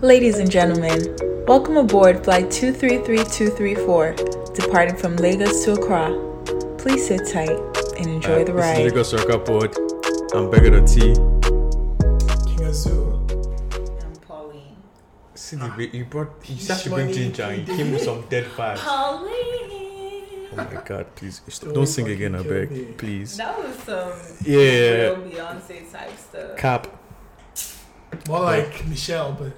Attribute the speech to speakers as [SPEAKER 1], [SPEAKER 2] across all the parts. [SPEAKER 1] Ladies and gentlemen, welcome aboard Flight 233234, departing from Lagos to Accra. Please sit tight and enjoy the
[SPEAKER 2] This is
[SPEAKER 1] ride.
[SPEAKER 2] Lagos Rock Board. I'm Beggar T.
[SPEAKER 3] King Azul.
[SPEAKER 4] I'm Pauline.
[SPEAKER 2] See the way he brought, he
[SPEAKER 3] This
[SPEAKER 2] said to bring
[SPEAKER 3] morning
[SPEAKER 2] ginger and he came with some dead vibes. Oh
[SPEAKER 4] Pauline!
[SPEAKER 2] my god, please.
[SPEAKER 3] Don't
[SPEAKER 2] Don't sing
[SPEAKER 3] fucking
[SPEAKER 2] again, I
[SPEAKER 3] kill me.
[SPEAKER 2] beg. Please.
[SPEAKER 4] That was some
[SPEAKER 2] Yeah.
[SPEAKER 4] real Beyonce type stuff.
[SPEAKER 2] Cap.
[SPEAKER 3] More like Michelle, but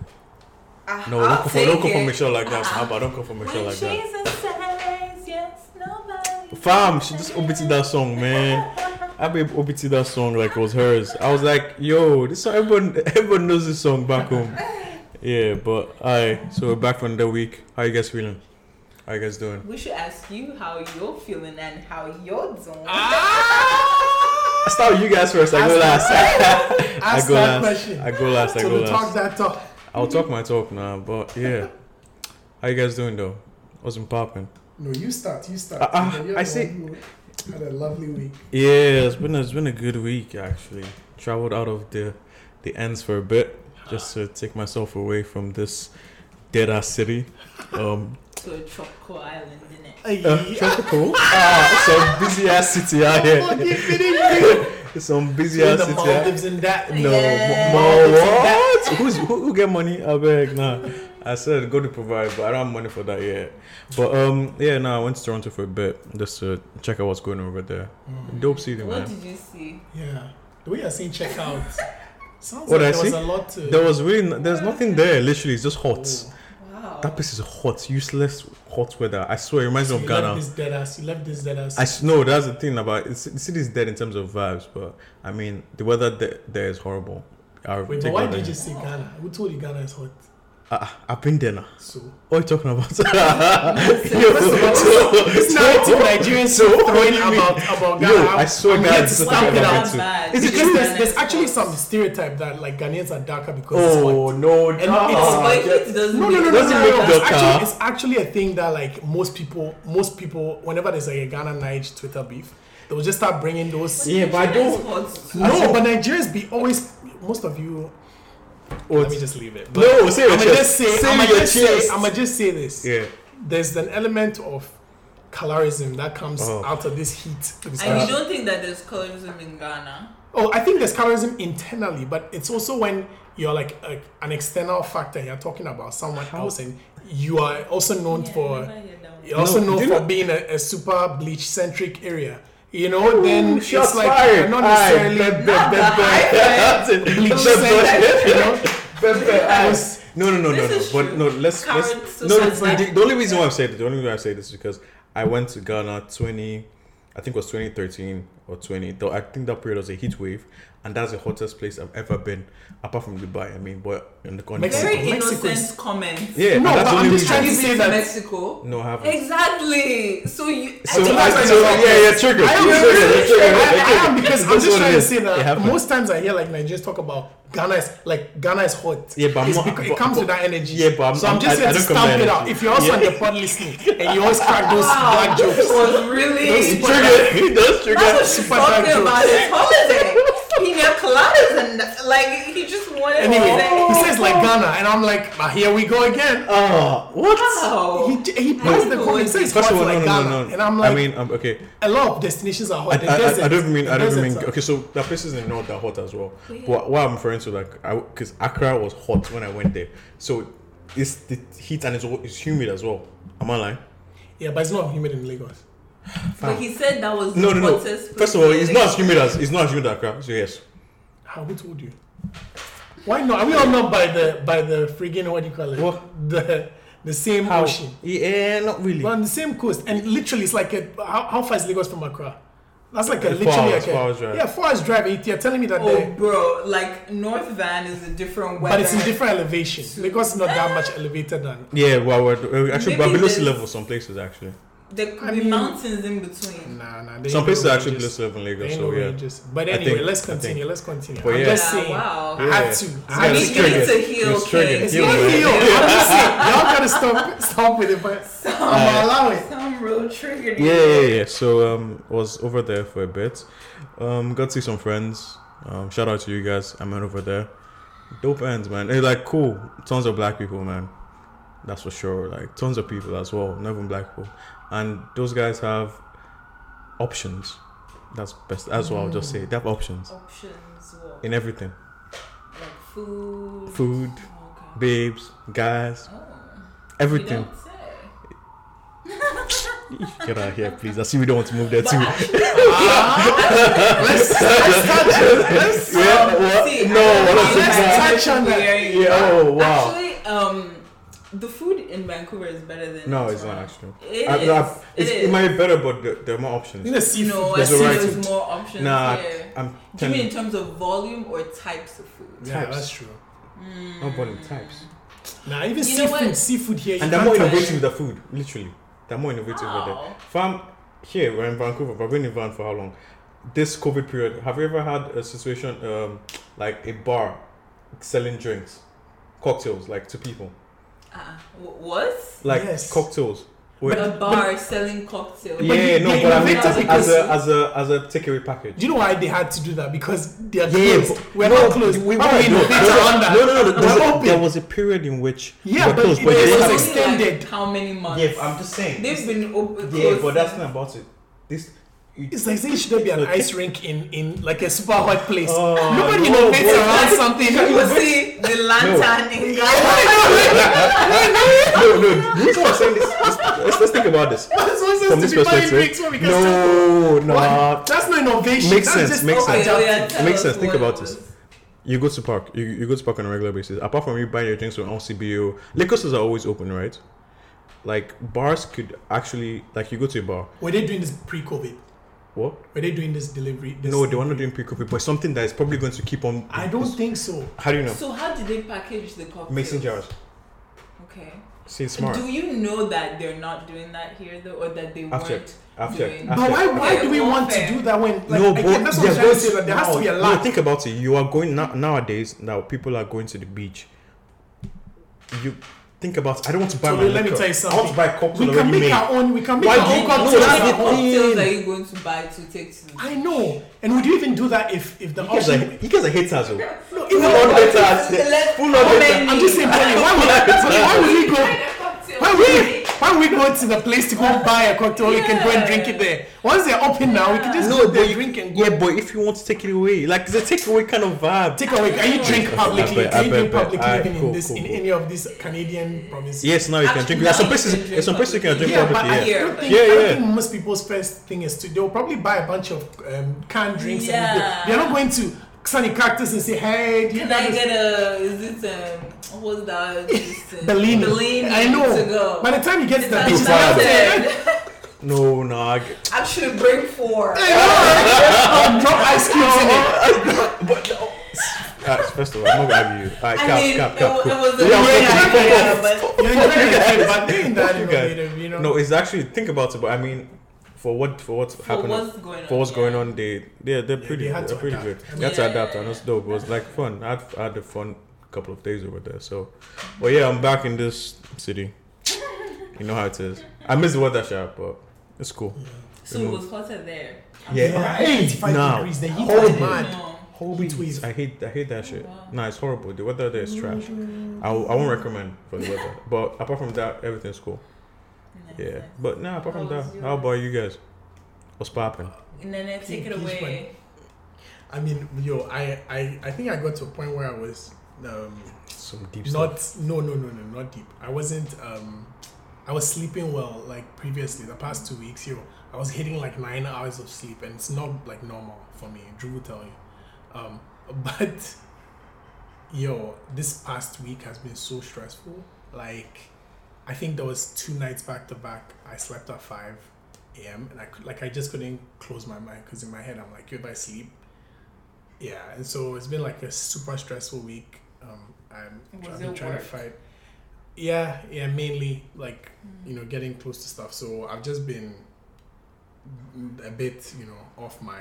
[SPEAKER 4] I,
[SPEAKER 2] No,
[SPEAKER 4] I'll
[SPEAKER 2] don't come, for,
[SPEAKER 4] take
[SPEAKER 2] don't come for
[SPEAKER 4] it.
[SPEAKER 2] Michelle like that. How about don't come for Michelle
[SPEAKER 4] When
[SPEAKER 2] like that?
[SPEAKER 4] Jesus says yes, nobody.
[SPEAKER 2] Fam, she just obited that song, man. I babe obited that song like it was hers. I was like, yo, this song, everyone, everyone knows this song back home. Yeah, but I. So we're back from the week. How you guys feeling? How you guys doing?
[SPEAKER 4] We should ask you how you're feeling and how you're doing.
[SPEAKER 2] Ah! I start with you guys first. I go
[SPEAKER 3] Ask
[SPEAKER 2] last. I
[SPEAKER 3] ask
[SPEAKER 2] go
[SPEAKER 3] that
[SPEAKER 2] last.
[SPEAKER 3] question.
[SPEAKER 2] I go last. I
[SPEAKER 3] to
[SPEAKER 2] go
[SPEAKER 3] the talk
[SPEAKER 2] last.
[SPEAKER 3] that talk.
[SPEAKER 2] I'll talk my talk now, but yeah. How you guys doing though? What's been popping?
[SPEAKER 3] No, you start. You start.
[SPEAKER 2] Uh, uh,
[SPEAKER 3] You're the
[SPEAKER 2] I
[SPEAKER 3] one
[SPEAKER 2] see.
[SPEAKER 3] who Had a lovely week.
[SPEAKER 2] Yeah, it's been it's been a good week actually. Traveled out of the the ends for a bit just to take myself away from this dead ass city. Um,
[SPEAKER 4] to a tropical island, innit?
[SPEAKER 2] uh, tropical. Ah, some busy ass city out here. Some busy ass city. out-
[SPEAKER 3] in that.
[SPEAKER 2] No,
[SPEAKER 4] Yeah.
[SPEAKER 2] mo- mo- what? Who's who, who get money? I beg, nah. I said go to provide, but I don't have money for that yet. But um, yeah, no, I went to Toronto for a bit just to check out what's going on over there.
[SPEAKER 3] Mm.
[SPEAKER 2] Dope city,
[SPEAKER 4] What
[SPEAKER 2] man.
[SPEAKER 4] did you see?
[SPEAKER 3] Yeah. The way you're saying check out. Sounds
[SPEAKER 2] What
[SPEAKER 3] like
[SPEAKER 2] I
[SPEAKER 3] there was
[SPEAKER 2] see?
[SPEAKER 3] a lot to. Oh,
[SPEAKER 2] There was really n- there's nothing there. Literally, it's just hot.
[SPEAKER 4] Wow.
[SPEAKER 2] That place is hot, useless hot weather. I swear, it reminds me
[SPEAKER 3] you
[SPEAKER 2] of
[SPEAKER 3] Left
[SPEAKER 2] Ghana.
[SPEAKER 3] this dead ass. You left this dead ass.
[SPEAKER 2] I s- no, that's the thing about it. the city's dead in terms of vibes, but I mean the weather there, there is horrible. I'll
[SPEAKER 3] Wait, but
[SPEAKER 2] take
[SPEAKER 3] why
[SPEAKER 2] that
[SPEAKER 3] did you
[SPEAKER 2] in.
[SPEAKER 3] just say Ghana? Who told you Ghana is hot?
[SPEAKER 2] I, I- I've been there now.
[SPEAKER 3] So
[SPEAKER 2] What are you talking about? Yo,
[SPEAKER 3] it's narrative Nigerians so throwing
[SPEAKER 2] you mean?
[SPEAKER 3] about about Ghana.
[SPEAKER 2] yo, I swear,
[SPEAKER 3] I'm here
[SPEAKER 2] guys,
[SPEAKER 3] to
[SPEAKER 2] this is
[SPEAKER 3] stamp
[SPEAKER 2] what
[SPEAKER 3] it
[SPEAKER 2] I'm
[SPEAKER 3] out.
[SPEAKER 2] into.
[SPEAKER 4] bad.
[SPEAKER 2] Is it
[SPEAKER 3] Because
[SPEAKER 2] true?
[SPEAKER 3] there's, there's actually some stereotype that like Ghanaians are darker because it's hot.
[SPEAKER 2] Oh no,
[SPEAKER 3] it's
[SPEAKER 2] nah.
[SPEAKER 4] But it doesn't
[SPEAKER 3] Oh, No, no, no, no,
[SPEAKER 2] Doesn't
[SPEAKER 3] no,
[SPEAKER 2] make
[SPEAKER 3] no, no.
[SPEAKER 2] the
[SPEAKER 3] It's
[SPEAKER 2] car.
[SPEAKER 3] actually, it's actually a thing that like most people, most people, whenever there's like a Ghana Niger Twitter beef, they will just start bringing those.
[SPEAKER 2] Yeah, but I don't-
[SPEAKER 4] don't.
[SPEAKER 3] No, but Nigerians be always. Most of you.
[SPEAKER 2] What?
[SPEAKER 3] Let me just leave it.
[SPEAKER 2] No, say your
[SPEAKER 3] I'ma
[SPEAKER 2] chest.
[SPEAKER 3] just say.
[SPEAKER 2] Say
[SPEAKER 3] I'ma
[SPEAKER 2] your
[SPEAKER 3] just say.
[SPEAKER 2] chest.
[SPEAKER 3] I'ma just say this.
[SPEAKER 2] Yeah.
[SPEAKER 3] There's an element of colorism that comes
[SPEAKER 2] Oh.
[SPEAKER 3] out of this heat.
[SPEAKER 4] And you don't think that there's colorism in Ghana?
[SPEAKER 3] Oh, I think there's colorism internally, but it's also when you're like a, an external factor. You're talking about someone else, and you are also known for you're also
[SPEAKER 2] No,
[SPEAKER 3] known
[SPEAKER 2] do
[SPEAKER 3] for
[SPEAKER 2] you know-
[SPEAKER 3] being a, a super bleach centric area. You know, then
[SPEAKER 2] Shots
[SPEAKER 3] it's like
[SPEAKER 2] fired.
[SPEAKER 3] you're not
[SPEAKER 2] Aye,
[SPEAKER 3] necessarily
[SPEAKER 2] bep, bep, bep, bep. That's it.
[SPEAKER 3] bleach
[SPEAKER 2] Bep, bep,
[SPEAKER 3] centric. You know,
[SPEAKER 2] bep, bep, aye. No, no, no, no,
[SPEAKER 4] This
[SPEAKER 2] no.
[SPEAKER 4] is
[SPEAKER 2] But
[SPEAKER 4] true.
[SPEAKER 2] no, let's
[SPEAKER 4] Current
[SPEAKER 2] let's.
[SPEAKER 4] social
[SPEAKER 2] No, the,
[SPEAKER 4] climate.
[SPEAKER 2] the only reason why I said it, the only reason why I said this is because I went to Ghana twenty, I think it was twenty thirteen or twenty. Though I think that period was a heat wave, and that's the hottest place I've ever been, apart from Dubai. I mean, but in the country.
[SPEAKER 3] Mexico.
[SPEAKER 4] Very
[SPEAKER 3] Mexico is-
[SPEAKER 4] innocent comments.
[SPEAKER 2] Yeah, and
[SPEAKER 3] No,
[SPEAKER 2] that's
[SPEAKER 3] but
[SPEAKER 2] the only
[SPEAKER 3] I'm just
[SPEAKER 2] reason.
[SPEAKER 3] trying to
[SPEAKER 4] You've
[SPEAKER 3] say
[SPEAKER 4] been to
[SPEAKER 3] that.
[SPEAKER 4] Mexico.
[SPEAKER 2] No, I haven't.
[SPEAKER 4] Exactly. So you.
[SPEAKER 2] So,
[SPEAKER 4] think
[SPEAKER 2] I,
[SPEAKER 4] that's
[SPEAKER 2] so
[SPEAKER 4] what
[SPEAKER 2] yeah, yeah,
[SPEAKER 4] you're
[SPEAKER 2] trigger.
[SPEAKER 3] I am
[SPEAKER 2] trigger,
[SPEAKER 3] really
[SPEAKER 2] trigger,
[SPEAKER 3] triggered.
[SPEAKER 2] trigger,
[SPEAKER 3] I, I am
[SPEAKER 2] trigger.
[SPEAKER 3] because I'm
[SPEAKER 2] That's what
[SPEAKER 3] just
[SPEAKER 2] it
[SPEAKER 3] trying to
[SPEAKER 2] is.
[SPEAKER 3] say
[SPEAKER 2] It
[SPEAKER 3] that
[SPEAKER 2] happened.
[SPEAKER 3] most times I hear like Nigerians talk about Ghana is like Ghana is hot.
[SPEAKER 2] Yeah, but I'm
[SPEAKER 3] It's
[SPEAKER 2] not-
[SPEAKER 3] because it
[SPEAKER 2] but-
[SPEAKER 3] comes
[SPEAKER 2] but-
[SPEAKER 3] with that energy.
[SPEAKER 2] yeah, but I'm-
[SPEAKER 3] so I'm
[SPEAKER 2] I- I
[SPEAKER 3] just here to
[SPEAKER 2] don't come to
[SPEAKER 3] stamp it
[SPEAKER 2] energy.
[SPEAKER 3] out. If you're also on the pod listening and you always crack those black
[SPEAKER 4] talking about.
[SPEAKER 3] jokes,
[SPEAKER 4] It was really.
[SPEAKER 2] Trigger. He does trigger.
[SPEAKER 4] That's what she's
[SPEAKER 3] Super
[SPEAKER 4] talking
[SPEAKER 3] bad
[SPEAKER 4] about. His holiday. Pina coladas and like he just wanted
[SPEAKER 3] Anyway, he
[SPEAKER 4] holiday.
[SPEAKER 3] says like Ghana, and I'm like, ah, here we go again.
[SPEAKER 2] Oh, what?
[SPEAKER 4] Wow.
[SPEAKER 3] He, he plays the call. He says
[SPEAKER 2] First
[SPEAKER 3] hot
[SPEAKER 2] of all, no,
[SPEAKER 3] like
[SPEAKER 2] no,
[SPEAKER 3] Ghana,
[SPEAKER 2] no, no.
[SPEAKER 3] and I'm like,
[SPEAKER 2] I mean, um, okay.
[SPEAKER 3] a lot of destinations are
[SPEAKER 2] I,
[SPEAKER 3] hot. The
[SPEAKER 2] I, I, I
[SPEAKER 3] deserts-
[SPEAKER 2] don't mean, I
[SPEAKER 3] the
[SPEAKER 2] don't mean.
[SPEAKER 3] deserts are-
[SPEAKER 2] Okay, so the places in the north are hot as well.
[SPEAKER 4] Oh,
[SPEAKER 2] But what I'm referring to, like, because Accra was hot when I went there, so it's the heat and it's al- it's humid as well. Am I lying?
[SPEAKER 3] Yeah, but it's not humid in Lagos.
[SPEAKER 4] But he said that was
[SPEAKER 2] No,
[SPEAKER 4] the
[SPEAKER 2] no, no.
[SPEAKER 4] hottest
[SPEAKER 2] First
[SPEAKER 4] place
[SPEAKER 2] of all,
[SPEAKER 4] in
[SPEAKER 2] it's not as humid as it's not as humid as Accra. So yes,
[SPEAKER 3] How who told you? Why not? Are we all not by the by the friggin' what do you call it?
[SPEAKER 2] What?
[SPEAKER 3] The the same ocean.
[SPEAKER 2] Yeah, not really.
[SPEAKER 3] We're on the same coast, and literally, it's like a how, how far is Lagos from Accra? That's like a
[SPEAKER 2] Four
[SPEAKER 3] literally
[SPEAKER 2] hours,
[SPEAKER 3] like a,
[SPEAKER 2] four hours drive.
[SPEAKER 3] Yeah, four hours drive. It- You're telling me that
[SPEAKER 4] Oh,
[SPEAKER 3] the
[SPEAKER 4] bro, like North Van is a different weather.
[SPEAKER 3] but it's in different elevation. Lagos is not that much elevated than
[SPEAKER 2] Yeah, well, we're, we're actually we're
[SPEAKER 4] Maybe
[SPEAKER 2] below sea
[SPEAKER 4] there's-
[SPEAKER 2] level some places actually.
[SPEAKER 4] There could
[SPEAKER 3] I
[SPEAKER 4] be
[SPEAKER 3] mean-
[SPEAKER 4] mountains in between.
[SPEAKER 3] Nah, nah. there
[SPEAKER 2] Some
[SPEAKER 3] ain't
[SPEAKER 2] places
[SPEAKER 3] no
[SPEAKER 2] are actually below
[SPEAKER 3] ranges.
[SPEAKER 2] sea level in
[SPEAKER 3] There
[SPEAKER 2] Lagos.
[SPEAKER 3] ain't
[SPEAKER 2] So
[SPEAKER 3] no
[SPEAKER 2] yeah.
[SPEAKER 3] ranges. But
[SPEAKER 2] I
[SPEAKER 3] anyway,
[SPEAKER 2] think-
[SPEAKER 3] let's
[SPEAKER 2] I think.
[SPEAKER 3] continue. Let's continue.
[SPEAKER 2] But
[SPEAKER 3] I'm
[SPEAKER 2] yeah.
[SPEAKER 3] just
[SPEAKER 4] Yeah,
[SPEAKER 3] saying.
[SPEAKER 4] wow.
[SPEAKER 3] I had to. I had
[SPEAKER 4] guy
[SPEAKER 3] to.
[SPEAKER 4] is
[SPEAKER 3] It's not
[SPEAKER 4] triggered. to
[SPEAKER 3] heal.
[SPEAKER 4] heal, King. It's not
[SPEAKER 2] man.
[SPEAKER 4] heal.
[SPEAKER 3] I'm just saying. Y'all gotta stop. Stop with it, but I'm allow it.
[SPEAKER 4] Some real triggered.
[SPEAKER 2] yeah, yeah, yeah. So um, was over there for a bit. Um, got to see some friends. Um, shout out to you guys. I met over there. dope ends, man. It's like cool. Tons of black people, man. That's for sure. Like tons of people as well, not even black people. And those guys have options. That's best. That's what I'll just say. They have options
[SPEAKER 4] Options, what?
[SPEAKER 2] in everything:
[SPEAKER 4] like food.
[SPEAKER 2] food,
[SPEAKER 4] Okay.
[SPEAKER 2] babes, guys,
[SPEAKER 4] Oh, you
[SPEAKER 2] everything.
[SPEAKER 4] don't say.
[SPEAKER 2] Get out of here, please. I see we don't want to move there
[SPEAKER 4] But
[SPEAKER 2] too.
[SPEAKER 4] actually,
[SPEAKER 3] let's, let's touch on that. Let's,
[SPEAKER 2] Yeah, what?
[SPEAKER 4] see, I
[SPEAKER 2] no,
[SPEAKER 4] don't
[SPEAKER 2] what
[SPEAKER 4] know,
[SPEAKER 2] else is that?
[SPEAKER 3] touch on that.
[SPEAKER 4] where you
[SPEAKER 2] Yeah,
[SPEAKER 4] are.
[SPEAKER 2] oh, wow.
[SPEAKER 4] Actually, um, the food in Vancouver is better than
[SPEAKER 2] No,
[SPEAKER 4] in
[SPEAKER 2] it's not
[SPEAKER 4] Toronto.
[SPEAKER 2] actually.
[SPEAKER 4] It
[SPEAKER 2] I- no, I-
[SPEAKER 4] is,
[SPEAKER 2] it's-
[SPEAKER 4] it
[SPEAKER 2] it
[SPEAKER 4] is.
[SPEAKER 2] might be better, but there, there are more
[SPEAKER 3] you
[SPEAKER 2] options.
[SPEAKER 3] know, see,
[SPEAKER 4] No, I
[SPEAKER 2] There's a
[SPEAKER 4] see
[SPEAKER 2] variety.
[SPEAKER 4] there's more options.
[SPEAKER 2] Nah,
[SPEAKER 4] yeah.
[SPEAKER 2] I'm
[SPEAKER 4] Do you mean in
[SPEAKER 2] telling
[SPEAKER 4] terms of volume or types of food?
[SPEAKER 3] yeah,
[SPEAKER 2] types.
[SPEAKER 3] that's true.
[SPEAKER 2] no body Mm. types.
[SPEAKER 3] Now even
[SPEAKER 4] You know
[SPEAKER 3] seafood,
[SPEAKER 4] what?
[SPEAKER 3] seafood here. you
[SPEAKER 2] And they're
[SPEAKER 3] can't
[SPEAKER 2] more
[SPEAKER 3] touch.
[SPEAKER 2] innovative with the food, literally. They're more innovative with
[SPEAKER 4] Wow.
[SPEAKER 2] it. Farm here, we're in Vancouver, but we've been in Van for how long? This COVID period, have you ever had a situation um, like a bar selling drinks, cocktails, like to people,
[SPEAKER 4] Uh, what?
[SPEAKER 2] like
[SPEAKER 3] Yes.
[SPEAKER 2] cocktails? Wait,
[SPEAKER 4] a bar selling cocktails.
[SPEAKER 3] But
[SPEAKER 2] yeah,
[SPEAKER 3] you-
[SPEAKER 2] no,
[SPEAKER 3] they
[SPEAKER 2] but I mean
[SPEAKER 3] innovated
[SPEAKER 2] as
[SPEAKER 3] because-
[SPEAKER 2] a as a as a takeaway package.
[SPEAKER 3] Do you know why they had to do that? Because they are
[SPEAKER 2] Yeah,
[SPEAKER 3] closed.
[SPEAKER 2] but-
[SPEAKER 3] We're
[SPEAKER 2] no,
[SPEAKER 3] not closed.
[SPEAKER 2] We
[SPEAKER 3] How
[SPEAKER 2] were
[SPEAKER 3] we
[SPEAKER 2] no,
[SPEAKER 3] innovate
[SPEAKER 2] there was-
[SPEAKER 3] around that?
[SPEAKER 2] No, no, no. there was
[SPEAKER 3] We're
[SPEAKER 2] a-
[SPEAKER 3] open.
[SPEAKER 2] there was a period in which
[SPEAKER 3] Yeah,
[SPEAKER 2] we were
[SPEAKER 3] but
[SPEAKER 2] closed,
[SPEAKER 3] it
[SPEAKER 2] but
[SPEAKER 3] was
[SPEAKER 4] It's
[SPEAKER 2] they
[SPEAKER 3] It's
[SPEAKER 2] had-
[SPEAKER 4] only
[SPEAKER 3] extended.
[SPEAKER 4] Like how many months?
[SPEAKER 2] Yeah, I'm just saying.
[SPEAKER 4] They've been open.
[SPEAKER 2] yeah, but that's not about it. This. you-
[SPEAKER 3] It's like saying should there be an
[SPEAKER 2] Okay.
[SPEAKER 3] ice rink in, in like a super hot place.
[SPEAKER 2] Oh,
[SPEAKER 3] Nobody
[SPEAKER 2] no,
[SPEAKER 3] innovates
[SPEAKER 2] boy.
[SPEAKER 3] around something.
[SPEAKER 4] You will see the lantern in Ghana.
[SPEAKER 2] no, no. The reason why I'm saying this, let's, letts let's think about this
[SPEAKER 3] That's what
[SPEAKER 2] from
[SPEAKER 3] to
[SPEAKER 2] this
[SPEAKER 3] be buying
[SPEAKER 2] perspective.
[SPEAKER 3] drinks when we can still-
[SPEAKER 2] No, no.
[SPEAKER 3] What? That's not innovation.
[SPEAKER 2] Makes
[SPEAKER 3] That's
[SPEAKER 2] sense,
[SPEAKER 3] just
[SPEAKER 2] makes
[SPEAKER 3] how
[SPEAKER 2] sense.
[SPEAKER 3] I adapt.
[SPEAKER 4] yeah, tell
[SPEAKER 2] Makes
[SPEAKER 4] us
[SPEAKER 2] sense. Think
[SPEAKER 4] what
[SPEAKER 2] about
[SPEAKER 4] it
[SPEAKER 2] this.
[SPEAKER 4] was.
[SPEAKER 2] You go to park. You, you go to park on a regular basis. Apart from you buying your drinks from LCBO, liquor stores are always open, right? Like bars could actually like you go to a bar.
[SPEAKER 3] Were they doing this pre-COVID?
[SPEAKER 2] What?
[SPEAKER 3] Were they doing this delivery? This
[SPEAKER 2] No, they were not doing pre-COVID, but something that is probably going to keep on.
[SPEAKER 3] I don't think so.
[SPEAKER 2] How do you know?
[SPEAKER 4] So how did they package the cocktails?
[SPEAKER 2] Mason jars.
[SPEAKER 4] Okay.
[SPEAKER 2] See, it's smart.
[SPEAKER 4] Do you know that they're not doing that here though, or that they
[SPEAKER 2] I've
[SPEAKER 4] weren't?
[SPEAKER 2] checked. I've
[SPEAKER 4] doing-
[SPEAKER 2] checked. I've
[SPEAKER 3] But why?
[SPEAKER 2] checked.
[SPEAKER 3] Why
[SPEAKER 4] Okay,
[SPEAKER 3] do we want to
[SPEAKER 4] fair.
[SPEAKER 3] do that when? Like,
[SPEAKER 2] no,
[SPEAKER 3] I
[SPEAKER 2] but
[SPEAKER 3] guess that's what
[SPEAKER 2] they're
[SPEAKER 3] I'm trying
[SPEAKER 2] going
[SPEAKER 3] to say. That there has to be a
[SPEAKER 2] no,
[SPEAKER 3] lot.
[SPEAKER 2] think about it. You are going now nowadays. Now people are going to the beach. You think about. I don't want to buy
[SPEAKER 3] So
[SPEAKER 2] my
[SPEAKER 3] let me
[SPEAKER 2] liquor.
[SPEAKER 3] tell you
[SPEAKER 2] I want to
[SPEAKER 3] something.
[SPEAKER 2] buy cocktail
[SPEAKER 3] We can
[SPEAKER 2] already
[SPEAKER 3] make
[SPEAKER 2] made.
[SPEAKER 3] our own. We can make
[SPEAKER 2] Why
[SPEAKER 3] our
[SPEAKER 2] do
[SPEAKER 3] own
[SPEAKER 2] you-
[SPEAKER 4] What
[SPEAKER 2] No,
[SPEAKER 3] cocktails.
[SPEAKER 2] that's
[SPEAKER 3] at
[SPEAKER 2] the
[SPEAKER 3] home.
[SPEAKER 2] thing.
[SPEAKER 4] cocktails are you going to buy to take to the
[SPEAKER 3] I know. And would you even do that if if the
[SPEAKER 2] You guys are,
[SPEAKER 3] option?
[SPEAKER 2] you guys are haters, though.
[SPEAKER 3] No,
[SPEAKER 2] Full
[SPEAKER 3] even
[SPEAKER 2] on
[SPEAKER 3] though-
[SPEAKER 2] haters. Full on
[SPEAKER 4] how
[SPEAKER 2] haters.
[SPEAKER 4] many?
[SPEAKER 3] I'm just saying. Tell you, why would I? Why would we go? Why would we? Why would we go to the place to go buy a cocktail? We can go and drink it there. Once they're open now, we can just
[SPEAKER 2] No,
[SPEAKER 3] go there,
[SPEAKER 2] but you-
[SPEAKER 3] drink and go.
[SPEAKER 2] Yeah, but if you want to take it away, like it's a takeaway kind of vibe.
[SPEAKER 3] Take away. Can you drink
[SPEAKER 2] Okay, I
[SPEAKER 3] publicly?
[SPEAKER 2] bet, I
[SPEAKER 3] Can you
[SPEAKER 2] bet,
[SPEAKER 3] drink
[SPEAKER 2] bet.
[SPEAKER 3] publicly
[SPEAKER 2] Alright,
[SPEAKER 3] even in
[SPEAKER 2] cool,
[SPEAKER 3] this
[SPEAKER 2] cool,
[SPEAKER 3] in
[SPEAKER 2] cool.
[SPEAKER 3] any of these Canadian provinces?
[SPEAKER 2] yes, now you can
[SPEAKER 4] Actually,
[SPEAKER 2] drink. There's some
[SPEAKER 4] now you can
[SPEAKER 2] places.
[SPEAKER 4] drink
[SPEAKER 2] There's some places you can drink
[SPEAKER 3] Yeah, but I
[SPEAKER 2] publicly. Yeah.
[SPEAKER 3] don't think,
[SPEAKER 2] Yeah,
[SPEAKER 3] I don't
[SPEAKER 2] yeah.
[SPEAKER 3] think most people's first thing is to they'll probably buy a bunch of um, canned drinks.
[SPEAKER 4] Yeah.
[SPEAKER 3] And go. They're not going to sunny cactus and say, "Hey, do you
[SPEAKER 4] Can
[SPEAKER 3] know
[SPEAKER 4] I
[SPEAKER 3] this?"
[SPEAKER 4] get a? Is it um? What's that? This, uh,
[SPEAKER 3] Bellini.
[SPEAKER 4] Bellini.
[SPEAKER 3] I
[SPEAKER 4] To go.
[SPEAKER 3] know. By the time you get to
[SPEAKER 4] It's
[SPEAKER 3] the
[SPEAKER 4] like
[SPEAKER 3] beach,
[SPEAKER 2] bad.
[SPEAKER 3] they'll
[SPEAKER 4] melted.
[SPEAKER 2] No, no. I get-
[SPEAKER 4] Actually, bring four.
[SPEAKER 3] have to drop ice cubes in it.
[SPEAKER 2] Alright, first of all, I'm not gonna argue. Alright,
[SPEAKER 4] I
[SPEAKER 2] cap,
[SPEAKER 4] mean,
[SPEAKER 2] cap,
[SPEAKER 4] it
[SPEAKER 2] cap.
[SPEAKER 4] wa-
[SPEAKER 2] cool.
[SPEAKER 4] it was a
[SPEAKER 2] Yeah,
[SPEAKER 4] great
[SPEAKER 2] fuck,
[SPEAKER 4] idea,
[SPEAKER 2] fuck, fuck,
[SPEAKER 4] but-
[SPEAKER 2] fuck,
[SPEAKER 3] You're
[SPEAKER 2] fuck, fuck,
[SPEAKER 3] enjoying it, but they ain't that
[SPEAKER 2] you guys.
[SPEAKER 3] innovative, you know.
[SPEAKER 2] No, it's actually think about it, but I mean, for what for what's
[SPEAKER 4] For
[SPEAKER 2] happening,
[SPEAKER 4] what's going on,
[SPEAKER 2] for what's going
[SPEAKER 4] yeah.
[SPEAKER 2] on, they they they're pretty
[SPEAKER 3] had to
[SPEAKER 2] they're pretty
[SPEAKER 3] adapt.
[SPEAKER 2] good. They had to
[SPEAKER 4] Yeah.
[SPEAKER 2] adapt, and it's dope. It was like fun. I had, I had a fun couple of days over there. So, but yeah, I'm back in this city. You know how it is. I miss the weather, sharp, but it's cool.
[SPEAKER 4] So it was hotter there.
[SPEAKER 2] Yeah,
[SPEAKER 3] Hey, 85
[SPEAKER 2] now,
[SPEAKER 3] degrees, the heat
[SPEAKER 2] horrible.
[SPEAKER 3] is mad.
[SPEAKER 4] No.
[SPEAKER 2] Holy
[SPEAKER 3] Heat wave.
[SPEAKER 2] I hate I hate that shit.
[SPEAKER 4] Oh, wow. Mm.
[SPEAKER 2] Nah, it's horrible. The weather there is trash. I, I won't recommend for the weather. But apart from that, everything's cool.
[SPEAKER 4] Nice,
[SPEAKER 2] Yeah.
[SPEAKER 4] nice.
[SPEAKER 2] But nah, apart from
[SPEAKER 4] How was
[SPEAKER 2] that,
[SPEAKER 4] your-
[SPEAKER 2] how about you guys? What's poppin'?
[SPEAKER 4] And then I take it
[SPEAKER 3] Please, please,
[SPEAKER 4] away.
[SPEAKER 3] I mean, yo, I, I, I think I got to a point where I was um,
[SPEAKER 2] Some deep stuff.
[SPEAKER 3] not no no no no not deep i wasn't um i was sleeping well like previously the past two weeks yo i was hitting like nine hours of sleep and it's not like normal for me drew will tell you um but yo this past week has been so stressful like i think there was two nights back to back i slept at 5 a.m and i could like i just couldn't close my mind because in my head i'm like if i sleep yeah and so it's been like a super stressful week um i'm
[SPEAKER 4] Was
[SPEAKER 3] I've
[SPEAKER 4] it
[SPEAKER 3] been trying
[SPEAKER 4] work?
[SPEAKER 3] to fight yeah yeah mainly like
[SPEAKER 4] Mm.
[SPEAKER 3] you know getting close to stuff so i've just been a bit you know off my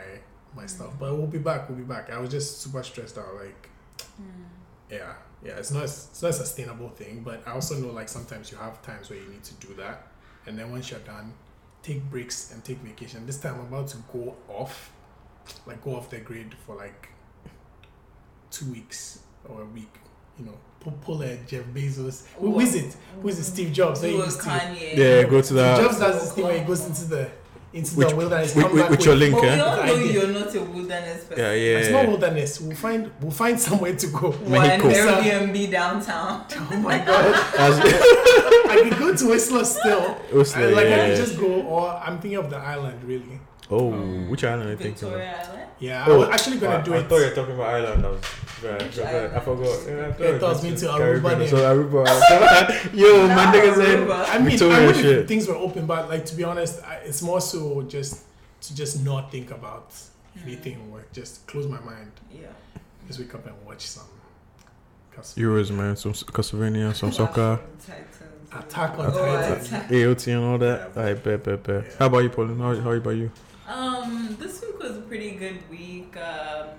[SPEAKER 3] my
[SPEAKER 4] Mm.
[SPEAKER 3] stuff but we'll be back we'll be back i was just super stressed out like yeah yeah it's not it's not a sustainable thing but i also know like sometimes you have times where you need to do that and then once you're done take breaks and take vacation this time i'm about to go off like go off the grid for like two weeks or a week. You know, pull, pull a Jeff Bezos. Who, who is it? Who is it? Steve Jobs.
[SPEAKER 4] He
[SPEAKER 3] right?
[SPEAKER 4] was
[SPEAKER 3] Steve-
[SPEAKER 4] Kanye.
[SPEAKER 2] Yeah, go to
[SPEAKER 3] Steve
[SPEAKER 2] that.
[SPEAKER 3] Jobs does this thing where he goes into the into
[SPEAKER 2] Which-
[SPEAKER 3] the wilderness.
[SPEAKER 2] with-
[SPEAKER 3] come
[SPEAKER 2] with-
[SPEAKER 3] back
[SPEAKER 2] with your link,
[SPEAKER 4] But we
[SPEAKER 2] eh?
[SPEAKER 4] all know
[SPEAKER 3] Idea.
[SPEAKER 4] you're not a wilderness person.
[SPEAKER 2] Yeah,
[SPEAKER 3] It's not
[SPEAKER 2] yeah.
[SPEAKER 3] wilderness. We'll find we'll find somewhere to go.
[SPEAKER 4] One
[SPEAKER 2] Mexico.
[SPEAKER 4] Airbnb downtown.
[SPEAKER 3] Oh my god!
[SPEAKER 2] As-
[SPEAKER 3] I could go to Whistler still.
[SPEAKER 2] Whistler,
[SPEAKER 3] I- like I
[SPEAKER 2] yeah,
[SPEAKER 3] could
[SPEAKER 2] yeah.
[SPEAKER 3] just go, or I'm thinking of the island really.
[SPEAKER 2] oh, which island are you thinking? of?
[SPEAKER 4] Victoria Island.
[SPEAKER 3] Yeah, I
[SPEAKER 2] Oh,
[SPEAKER 3] was actually gonna
[SPEAKER 2] I,
[SPEAKER 3] do
[SPEAKER 2] I
[SPEAKER 3] it.
[SPEAKER 2] thought you were talking about Ireland. I was. Right,
[SPEAKER 4] Which
[SPEAKER 2] right, I
[SPEAKER 4] island?
[SPEAKER 2] forgot. Yeah, I
[SPEAKER 3] They thought
[SPEAKER 2] was
[SPEAKER 3] me
[SPEAKER 2] just
[SPEAKER 3] to
[SPEAKER 2] Caribbean.
[SPEAKER 3] Aruba then.
[SPEAKER 2] So Aruba. Yo, Oh, my
[SPEAKER 4] Nah,
[SPEAKER 2] nigga
[SPEAKER 4] Aruba.
[SPEAKER 2] said.
[SPEAKER 3] I mean,
[SPEAKER 2] Victoria
[SPEAKER 3] I would if
[SPEAKER 2] shit.
[SPEAKER 3] things were open, but like to be honest, I, it's more so just to just not think about anything work. Just close my mind.
[SPEAKER 4] Hmm. Yeah.
[SPEAKER 3] Just wake up and watch some. cause-
[SPEAKER 2] Euros, man. Some Castlevania, some soccer,
[SPEAKER 4] Titans.
[SPEAKER 3] Attack on
[SPEAKER 4] Oh,
[SPEAKER 3] Titan.
[SPEAKER 4] Attack-
[SPEAKER 2] AOT, and all that. I bet, bet, bet. How about you, Pauline? How, how about you?
[SPEAKER 4] Um, this week was a pretty good week. Um,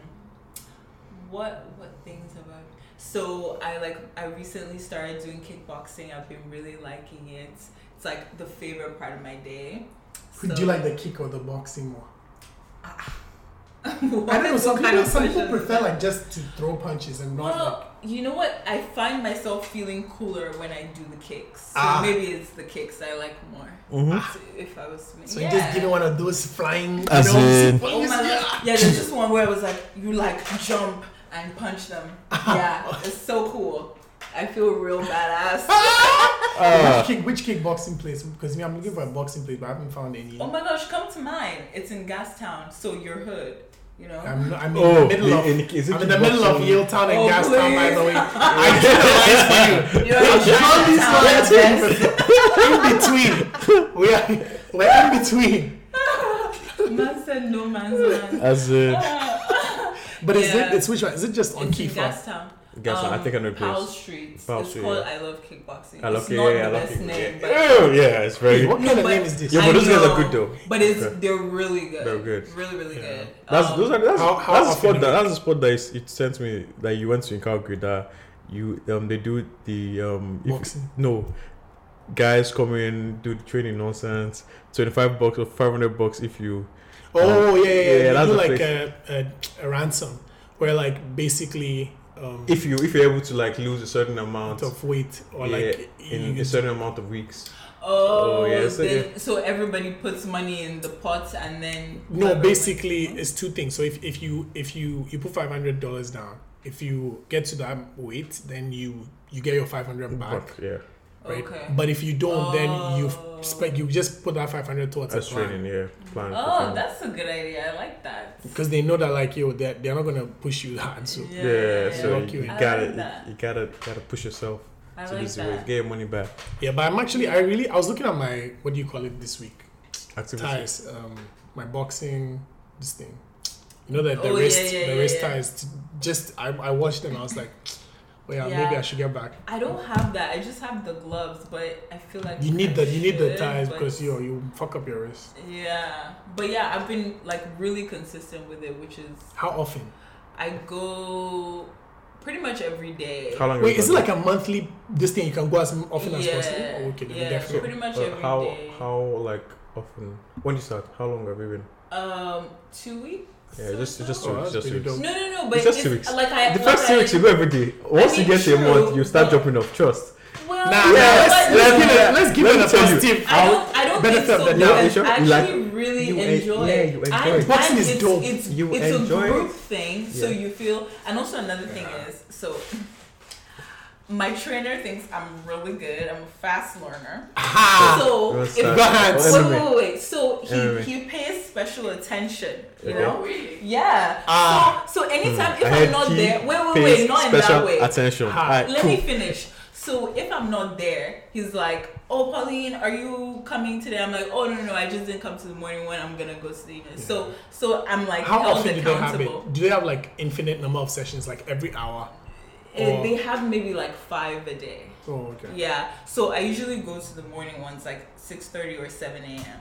[SPEAKER 4] what what things have I? So I like I recently started doing kickboxing. I've been really liking it. It's like the favorite part of my day.
[SPEAKER 3] Would
[SPEAKER 4] So-
[SPEAKER 3] you like the kick or the boxing more?
[SPEAKER 4] What
[SPEAKER 3] I don't know. Some
[SPEAKER 4] kind
[SPEAKER 3] people,
[SPEAKER 4] of
[SPEAKER 3] some people
[SPEAKER 4] question is
[SPEAKER 3] prefer
[SPEAKER 4] that?
[SPEAKER 3] like just to throw punches and not like.
[SPEAKER 4] Well, you know what? I find myself feeling cooler when I do the kicks. So
[SPEAKER 3] Ah.
[SPEAKER 4] maybe it's the kicks I like more.
[SPEAKER 3] Mm-hmm.
[SPEAKER 2] Mhm.
[SPEAKER 4] So if I was
[SPEAKER 3] So
[SPEAKER 4] yeah.
[SPEAKER 3] you just give me one of those flying.
[SPEAKER 2] As
[SPEAKER 3] you know,
[SPEAKER 2] in-
[SPEAKER 4] Oh my
[SPEAKER 3] yeah.
[SPEAKER 4] God. Yeah, there's this one where it was like, you like jump and punch them. Yeah, it's so cool. I feel real badass.
[SPEAKER 2] Ah.
[SPEAKER 3] Which, kick, which kickboxing place? Because me, I'm looking for a boxing place, but I haven't found any.
[SPEAKER 4] Oh my gosh, come to mine. It's in Gastown, so your hood, you know?
[SPEAKER 3] I'm, I'm in
[SPEAKER 2] Oh,
[SPEAKER 3] the middle of.
[SPEAKER 2] in- is it
[SPEAKER 3] I'm in the middle of
[SPEAKER 2] kickboxing?
[SPEAKER 3] Yale Town and
[SPEAKER 4] Oh,
[SPEAKER 3] Gastown, by the
[SPEAKER 4] please.
[SPEAKER 3] way. I
[SPEAKER 4] You're
[SPEAKER 3] generalize for you.
[SPEAKER 4] in
[SPEAKER 3] All
[SPEAKER 4] Chinatown, yes.
[SPEAKER 3] these lines in between. We are we're in between.
[SPEAKER 4] Man said no man's land.
[SPEAKER 2] As in.
[SPEAKER 3] But is
[SPEAKER 4] Yeah.
[SPEAKER 3] it? It's which one? Is it just on
[SPEAKER 4] It's in
[SPEAKER 3] Kiefer?
[SPEAKER 4] Gastown.
[SPEAKER 2] Guys, I think I
[SPEAKER 3] Um,
[SPEAKER 2] know the
[SPEAKER 4] Um, Powell
[SPEAKER 2] place.
[SPEAKER 4] Street.
[SPEAKER 2] Powell
[SPEAKER 4] it's
[SPEAKER 2] Street,
[SPEAKER 4] called
[SPEAKER 2] yeah.
[SPEAKER 4] I Love Kickboxing.
[SPEAKER 2] I love
[SPEAKER 4] it's
[SPEAKER 2] it.
[SPEAKER 4] not
[SPEAKER 2] Yeah, I
[SPEAKER 4] the
[SPEAKER 2] love
[SPEAKER 4] best
[SPEAKER 2] it.
[SPEAKER 4] name,
[SPEAKER 2] Yeah.
[SPEAKER 4] but
[SPEAKER 2] Oh, yeah, it's very.
[SPEAKER 3] What kind of
[SPEAKER 4] but-
[SPEAKER 3] name is this?
[SPEAKER 2] Yeah, but
[SPEAKER 4] I
[SPEAKER 2] those guys are
[SPEAKER 4] know,
[SPEAKER 2] good though.
[SPEAKER 4] But it's
[SPEAKER 2] Okay.
[SPEAKER 4] they're really good.
[SPEAKER 2] They're good.
[SPEAKER 4] Really, really
[SPEAKER 3] Yeah.
[SPEAKER 4] good.
[SPEAKER 2] That's
[SPEAKER 4] Um,
[SPEAKER 2] those are that's,
[SPEAKER 3] How- how
[SPEAKER 2] that's the
[SPEAKER 3] often
[SPEAKER 2] spot
[SPEAKER 3] do
[SPEAKER 2] that
[SPEAKER 3] you-
[SPEAKER 2] that's the spot that is, it sent me that you went to in Calgary that you um they do the um if-
[SPEAKER 3] Boxing.
[SPEAKER 2] no guys come in do the training nonsense twenty five bucks or five hundred bucks if you
[SPEAKER 3] Oh yeah, yeah.
[SPEAKER 2] Yeah,
[SPEAKER 3] yeah,
[SPEAKER 2] that's
[SPEAKER 3] you do
[SPEAKER 2] the
[SPEAKER 3] like
[SPEAKER 2] place.
[SPEAKER 3] a, a, a ransom, where like basically um,
[SPEAKER 2] if you if you're able to like lose a certain amount
[SPEAKER 3] of weight or
[SPEAKER 2] yeah,
[SPEAKER 3] like
[SPEAKER 2] in a
[SPEAKER 3] you-
[SPEAKER 2] certain amount of weeks
[SPEAKER 4] Oh,
[SPEAKER 2] Oh, yeah, so
[SPEAKER 4] so,
[SPEAKER 2] yeah.
[SPEAKER 4] so everybody puts money in the pot and then
[SPEAKER 3] No,
[SPEAKER 4] whoever
[SPEAKER 3] basically
[SPEAKER 4] wins.
[SPEAKER 3] it's two things. So if, if you if you you put five hundred dollars down, if you get to that weight, then you you get your five hundred back,
[SPEAKER 2] Fuck, yeah
[SPEAKER 3] right?
[SPEAKER 4] Okay.
[SPEAKER 3] But if you don't, then you
[SPEAKER 4] Oh.
[SPEAKER 3] spec you just put that five hundred towards a
[SPEAKER 2] that's
[SPEAKER 3] plan
[SPEAKER 2] training yeah plan
[SPEAKER 4] Oh, that's a good idea. I like that.
[SPEAKER 3] because they know that like yo, they're they're not gonna push you hard. So
[SPEAKER 2] yeah, so
[SPEAKER 3] Lock you
[SPEAKER 2] you,
[SPEAKER 3] in.
[SPEAKER 4] I
[SPEAKER 2] gotta
[SPEAKER 4] like that.
[SPEAKER 2] you, you gotta gotta push yourself
[SPEAKER 4] I
[SPEAKER 2] to
[SPEAKER 4] like
[SPEAKER 2] lose the weight
[SPEAKER 4] that.
[SPEAKER 2] get your money back
[SPEAKER 3] yeah, but I'm actually I really I was looking at my what do you call it this week
[SPEAKER 2] activity
[SPEAKER 3] ties um my boxing this thing you know that the
[SPEAKER 4] Oh, yeah,
[SPEAKER 3] wrist
[SPEAKER 4] yeah,
[SPEAKER 3] the
[SPEAKER 4] yeah,
[SPEAKER 3] wrist
[SPEAKER 4] yeah.
[SPEAKER 3] ties just I I watched them I was like. Well, yeah,
[SPEAKER 4] Yeah.
[SPEAKER 3] maybe I should get back.
[SPEAKER 4] I don't have that. I just have the gloves, but I feel like
[SPEAKER 3] You need
[SPEAKER 4] I
[SPEAKER 3] the you need the
[SPEAKER 4] should,
[SPEAKER 3] ties
[SPEAKER 4] but-
[SPEAKER 3] because yo you fuck up your wrist.
[SPEAKER 4] Yeah, but yeah, I've been like really consistent with it, which is
[SPEAKER 3] How often?
[SPEAKER 4] I go pretty much every day.
[SPEAKER 2] how long have
[SPEAKER 3] Wait,
[SPEAKER 2] you
[SPEAKER 3] is it
[SPEAKER 2] done
[SPEAKER 3] like a monthly this thing? You can go as m- often as
[SPEAKER 4] Yeah,
[SPEAKER 3] possible. Oh, okay, then
[SPEAKER 4] yeah,
[SPEAKER 3] definitely.
[SPEAKER 4] pretty much
[SPEAKER 2] Uh,
[SPEAKER 4] every day.
[SPEAKER 2] how how like often when you start how long have you been
[SPEAKER 4] Um, two weeks.
[SPEAKER 2] yeah
[SPEAKER 4] or
[SPEAKER 2] just
[SPEAKER 4] so?
[SPEAKER 2] just
[SPEAKER 3] Oh, that's
[SPEAKER 2] just
[SPEAKER 3] pretty
[SPEAKER 2] weeks.
[SPEAKER 3] dope.
[SPEAKER 4] No, no, no. But
[SPEAKER 2] It's just
[SPEAKER 4] it's,
[SPEAKER 2] two weeks.
[SPEAKER 4] Like I,
[SPEAKER 2] the first two
[SPEAKER 4] like
[SPEAKER 2] weeks you go every day once
[SPEAKER 4] mean,
[SPEAKER 2] you get to a
[SPEAKER 4] true,
[SPEAKER 2] month you start
[SPEAKER 4] but-
[SPEAKER 2] jumping off trust
[SPEAKER 4] Well,
[SPEAKER 3] Nah,
[SPEAKER 4] no,
[SPEAKER 3] nah,
[SPEAKER 4] but
[SPEAKER 3] let's, let's
[SPEAKER 4] no,
[SPEAKER 3] give it. Let's give
[SPEAKER 2] Let
[SPEAKER 3] it
[SPEAKER 2] me
[SPEAKER 3] a
[SPEAKER 2] tell you.
[SPEAKER 3] positive.
[SPEAKER 4] I don't. I don't think
[SPEAKER 3] benefit
[SPEAKER 4] so.
[SPEAKER 3] of the
[SPEAKER 4] because
[SPEAKER 2] doubt, you sure-
[SPEAKER 4] I
[SPEAKER 2] you like-
[SPEAKER 4] actually really
[SPEAKER 2] you en-
[SPEAKER 4] enjoy
[SPEAKER 2] yeah,
[SPEAKER 4] it.
[SPEAKER 2] you
[SPEAKER 4] I-
[SPEAKER 2] enjoy it.
[SPEAKER 3] Boxing
[SPEAKER 4] and
[SPEAKER 3] is
[SPEAKER 4] it's,
[SPEAKER 3] dope.
[SPEAKER 4] It's,
[SPEAKER 2] You
[SPEAKER 4] it's
[SPEAKER 2] enjoy
[SPEAKER 4] a
[SPEAKER 2] it.
[SPEAKER 4] group thing, so
[SPEAKER 2] Yeah.
[SPEAKER 4] you feel. And also another thing is so. My trainer thinks I'm really good. I'm a fast learner.
[SPEAKER 2] Ah,
[SPEAKER 3] Ha!
[SPEAKER 4] So
[SPEAKER 2] Let's
[SPEAKER 4] if
[SPEAKER 2] start.
[SPEAKER 3] But-
[SPEAKER 4] Wait,
[SPEAKER 2] Oh, MMA.
[SPEAKER 4] wait, wait, wait. So he,
[SPEAKER 2] Anyway.
[SPEAKER 4] he pays special attention, you
[SPEAKER 2] Okay. Hmm.
[SPEAKER 4] know? Yeah.
[SPEAKER 3] Ah.
[SPEAKER 4] So, so anytime,
[SPEAKER 2] I
[SPEAKER 4] if
[SPEAKER 2] had
[SPEAKER 4] I'm not
[SPEAKER 2] key
[SPEAKER 4] there, wait, wait,
[SPEAKER 2] pays
[SPEAKER 4] wait, not in
[SPEAKER 2] special
[SPEAKER 4] that way.
[SPEAKER 2] attention
[SPEAKER 3] Ha.
[SPEAKER 2] Alright,
[SPEAKER 4] Let
[SPEAKER 2] cool.
[SPEAKER 4] me finish. So if I'm not there, he's like, "Oh, Pauline, are you coming today?" I'm like, "Oh no, no, no, I just didn't come to the morning one. I'm gonna go to the evening." So, so I'm like
[SPEAKER 3] How
[SPEAKER 4] held
[SPEAKER 3] often do they have
[SPEAKER 4] accountable.
[SPEAKER 3] it? Do they have like infinite number of sessions, like every hour?
[SPEAKER 4] And
[SPEAKER 3] Or-
[SPEAKER 4] Eh, they have maybe like five a day.
[SPEAKER 3] Oh, okay.
[SPEAKER 4] Yeah. So I usually go to the morning ones like six thirty or seven a.m.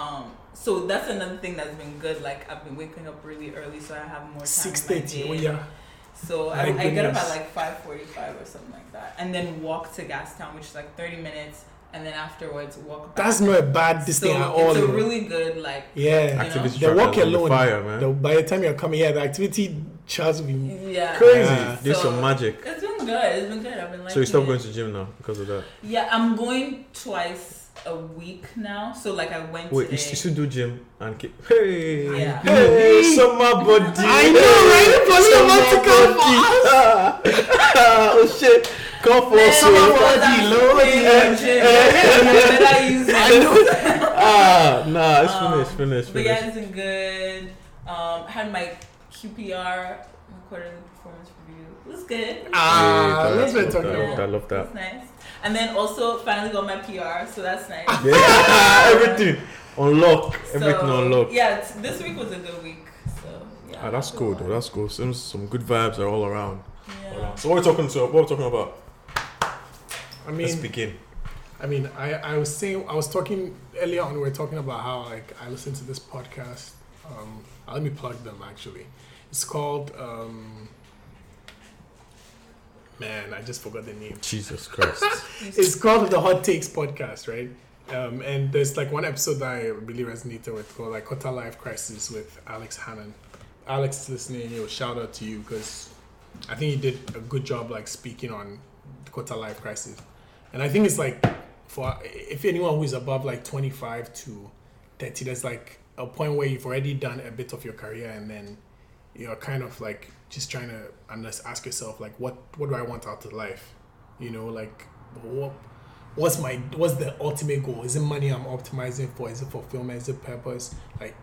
[SPEAKER 4] Um, so that's another thing that's been good. Like I've been waking up really early, so I have more time. in my
[SPEAKER 3] Six thirty.
[SPEAKER 4] day.
[SPEAKER 3] Oh yeah.
[SPEAKER 4] So I,
[SPEAKER 3] My
[SPEAKER 4] I get up
[SPEAKER 3] goodness.
[SPEAKER 4] at like five forty-five or something like that, and then walk to Gastown, which is like thirty minutes, and then afterwards walk back.
[SPEAKER 3] That's not a bad this
[SPEAKER 4] so
[SPEAKER 3] thing at all.
[SPEAKER 4] It's a
[SPEAKER 3] though.
[SPEAKER 4] really good like
[SPEAKER 3] yeah.
[SPEAKER 4] Activity
[SPEAKER 2] Activist
[SPEAKER 4] You
[SPEAKER 3] The
[SPEAKER 2] track
[SPEAKER 3] walk
[SPEAKER 2] that's on the
[SPEAKER 3] alone.
[SPEAKER 2] Fire, man.
[SPEAKER 3] the- by the time you're coming here, the activity charts will be.
[SPEAKER 4] yeah.
[SPEAKER 2] Crazy.
[SPEAKER 3] Yeah.
[SPEAKER 2] Do some
[SPEAKER 4] So-
[SPEAKER 2] magic.
[SPEAKER 4] It's been good. It's been good. I've been like.
[SPEAKER 2] So you stopped going to gym now because of that.
[SPEAKER 4] Yeah, I'm going twice a week now. So like I went
[SPEAKER 2] Wait, you
[SPEAKER 4] today.
[SPEAKER 2] still do gym and keep. Hey,
[SPEAKER 4] Yeah.
[SPEAKER 2] hey, summer body.
[SPEAKER 3] I know, right? For someone to come for
[SPEAKER 2] for us. oh shit! Come for us.
[SPEAKER 4] Then
[SPEAKER 2] oh. Eh,
[SPEAKER 4] I'm like,
[SPEAKER 3] Lordy,
[SPEAKER 4] "Oh,
[SPEAKER 3] Lordy."
[SPEAKER 4] that's the thing, Jim. Better use it.
[SPEAKER 2] Ah, nah, it's
[SPEAKER 4] Um,
[SPEAKER 2] finished, finished,
[SPEAKER 4] But
[SPEAKER 2] finished.
[SPEAKER 4] yeah, it's been good. Um, had my QPR, my quarterly performance review. It was good.
[SPEAKER 3] Ah,
[SPEAKER 2] Yeah,
[SPEAKER 3] that's what I'm
[SPEAKER 2] I
[SPEAKER 3] talking
[SPEAKER 2] love that,
[SPEAKER 3] about.
[SPEAKER 2] I love
[SPEAKER 4] That's
[SPEAKER 2] that.
[SPEAKER 4] nice. And then also finally got my PR, so that's nice.
[SPEAKER 2] Ah, Yeah, everything unlock, everything
[SPEAKER 4] So,
[SPEAKER 2] unlock.
[SPEAKER 4] Yeah, it's- this week was a good week. So yeah.
[SPEAKER 2] Ah, that's
[SPEAKER 4] good
[SPEAKER 2] cool
[SPEAKER 4] one.
[SPEAKER 2] though. That's cool. Seems some good vibes are all around. All
[SPEAKER 4] yeah.
[SPEAKER 2] around. So what are we talking to? What are we talking about?
[SPEAKER 3] I
[SPEAKER 2] Let's
[SPEAKER 3] mean,
[SPEAKER 2] begin.
[SPEAKER 3] I mean, I, I was saying, I was talking earlier on. We were talking about how like I listen to this podcast. Um, let me plug them actually. It's called. Um, man, I just forgot the name.
[SPEAKER 2] Jesus Christ.
[SPEAKER 3] It's called the Hot Takes Podcast, right? Um, and there's like one episode that I really resonated with called like Quarter Life Crisis with Alex Hannon. Alex is listening, you know, shout out to you because I think you did a good job like speaking on the Quarter Life Crisis. And I think it's like for if anyone who's above like 25 to 30, there's like a point where you've already done a bit of your career and then you're kind of like just trying to unless ask yourself like what what do I want out of life? You know, like what what's my what's the ultimate goal? Is it money I'm optimizing for? Is it fulfillment? Is it purpose? Like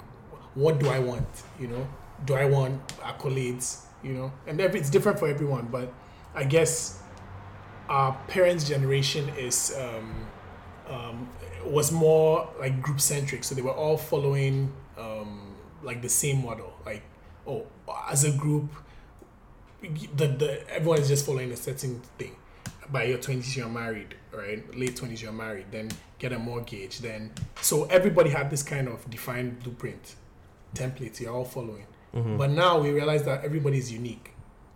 [SPEAKER 3] what do I want? You know, do I want accolades? You know, and every, it's different for everyone, but I guess our parents' generation is um, um, was more like group centric, so they were all following um, like the same model. Like, oh, as a group, the, the everyone is just following a certain thing. By your twenties, you're married, right? Late twenties, you're married. Then get a mortgage. Then so everybody had this kind of defined blueprint, template. You're all following. But now we realize that everybody is unique,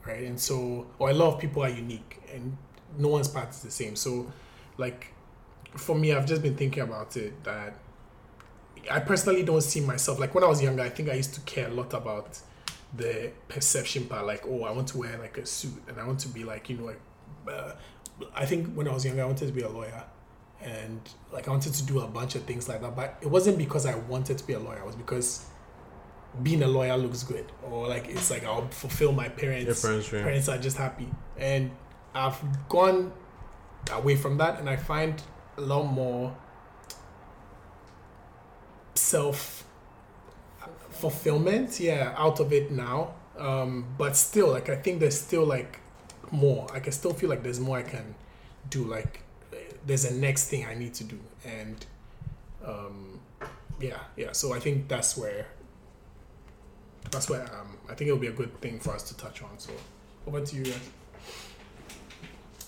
[SPEAKER 3] right? And so, or a lot of people are unique, and no one's path is the same. So, like for me, I've just been thinking about it that I personally don't see myself like when I was younger. I think I used to care a lot about the perception part, like oh, I want to wear like a suit and I want to be like you know, like, uh, I think when I was younger, I wanted to be a lawyer, and like I wanted to do a bunch of things like that. But it wasn't because I wanted to be a lawyer; it was because being a lawyer looks good, or like it's like I'll fulfill my
[SPEAKER 2] Your
[SPEAKER 3] parents'
[SPEAKER 2] parents' dream.
[SPEAKER 3] parents are just happy, and I've gone away from that, and I find a lot more self fulfillment yeah out of it now um but still like i think there's still like more i can still feel like there's more i can do like eh, there's a next thing i need to do and um yeah yeah so i think that's where that's where um i think it'll be a good thing for us to touch on so over to you guys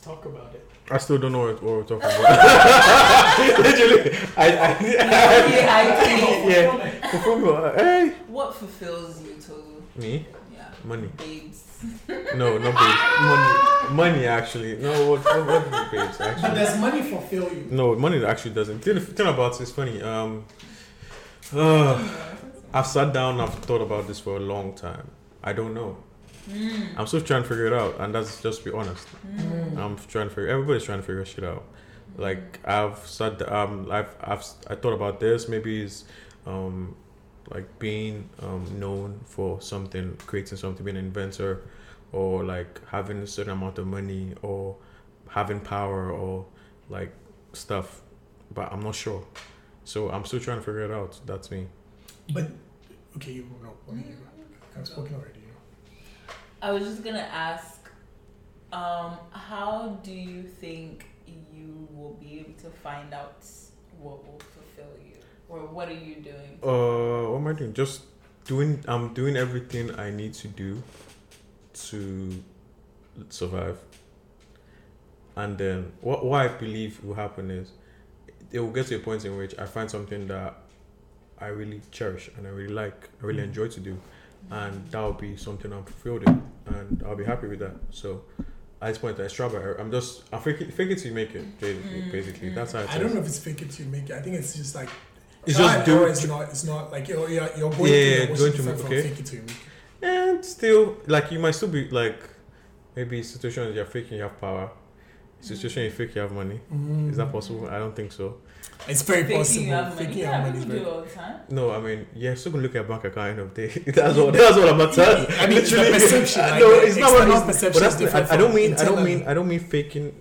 [SPEAKER 3] talk about it
[SPEAKER 2] I still don't know what, what we're talking about. Literally, I,
[SPEAKER 4] Yeah,
[SPEAKER 2] I,
[SPEAKER 4] I
[SPEAKER 2] yeah. Fulfillment. Hey,
[SPEAKER 4] think- What fulfills you to
[SPEAKER 2] me,
[SPEAKER 4] yeah.
[SPEAKER 2] money.
[SPEAKER 4] Babes.
[SPEAKER 2] No, not babes. Money, money actually. No, what, what, what is babes
[SPEAKER 3] but
[SPEAKER 2] actually?
[SPEAKER 3] does money fulfill you
[SPEAKER 2] No, money actually doesn't. Think, think about it. It's funny. Um, uh, I've sat down. I've thought about this for a long time. I don't know.
[SPEAKER 4] Mm,
[SPEAKER 2] I'm still trying to figure it out, and that's just to be honest. I'm trying to figure. Everybody's trying to figure shit out. Like I've said, um, I've I've I thought about this. Maybe it's, um, like being um known for something, creating something, being an inventor, or like having a certain amount of money, or having power, or like stuff. But I'm not sure. So I'm still trying to figure it out. That's me.
[SPEAKER 3] But okay, you no, I mean, you- I've spoken already. You know.
[SPEAKER 4] I was just gonna ask, um, how do you think you will be able to find out what will fulfill you, or what are you doing?
[SPEAKER 2] Uh, what am I doing? Just doing. I'm doing everything I need to do to survive. And then what what I believe will happen is it will get to a point in which I find something that I really cherish and I really like, I really enjoy to do, and that will be something I'm fulfilled in, and I'll be happy with that. So Ice Point and Strawberry. I'm just I fake it, fake it till you make it. Basically, basically. that's how it
[SPEAKER 3] I don't
[SPEAKER 2] is.
[SPEAKER 3] know if it's fake it you make it. I think it's just like
[SPEAKER 2] It's
[SPEAKER 3] trial
[SPEAKER 2] just
[SPEAKER 3] and
[SPEAKER 2] do-
[SPEAKER 3] error is not. It's not like you're you're, you're going
[SPEAKER 2] Yeah, yeah,
[SPEAKER 3] through
[SPEAKER 2] going
[SPEAKER 3] going
[SPEAKER 2] to
[SPEAKER 3] to
[SPEAKER 2] make-
[SPEAKER 3] from
[SPEAKER 2] okay.
[SPEAKER 3] fake it to you make.
[SPEAKER 2] And still, like you might still be like, maybe situations you're faking you have power. Situation you fake you have money.
[SPEAKER 3] Mm.
[SPEAKER 2] Is that possible? I don't think so.
[SPEAKER 3] It's very
[SPEAKER 4] Thinking
[SPEAKER 3] possible.
[SPEAKER 4] you have money.
[SPEAKER 3] Faking
[SPEAKER 4] Yeah,
[SPEAKER 3] your money is
[SPEAKER 4] people
[SPEAKER 3] very.
[SPEAKER 4] do it all the time.
[SPEAKER 2] No, I mean, yeah, still gonna look at bank account end of the day. that's what that's what I'm about to
[SPEAKER 3] I mean, it's the perception, like,
[SPEAKER 2] no,
[SPEAKER 3] the
[SPEAKER 2] it's not what
[SPEAKER 3] external
[SPEAKER 2] it's,
[SPEAKER 3] perception
[SPEAKER 2] But that's
[SPEAKER 3] is
[SPEAKER 2] the-
[SPEAKER 3] different
[SPEAKER 2] I, I don't
[SPEAKER 3] from
[SPEAKER 2] mean I don't
[SPEAKER 3] internal.
[SPEAKER 2] mean I don't mean faking.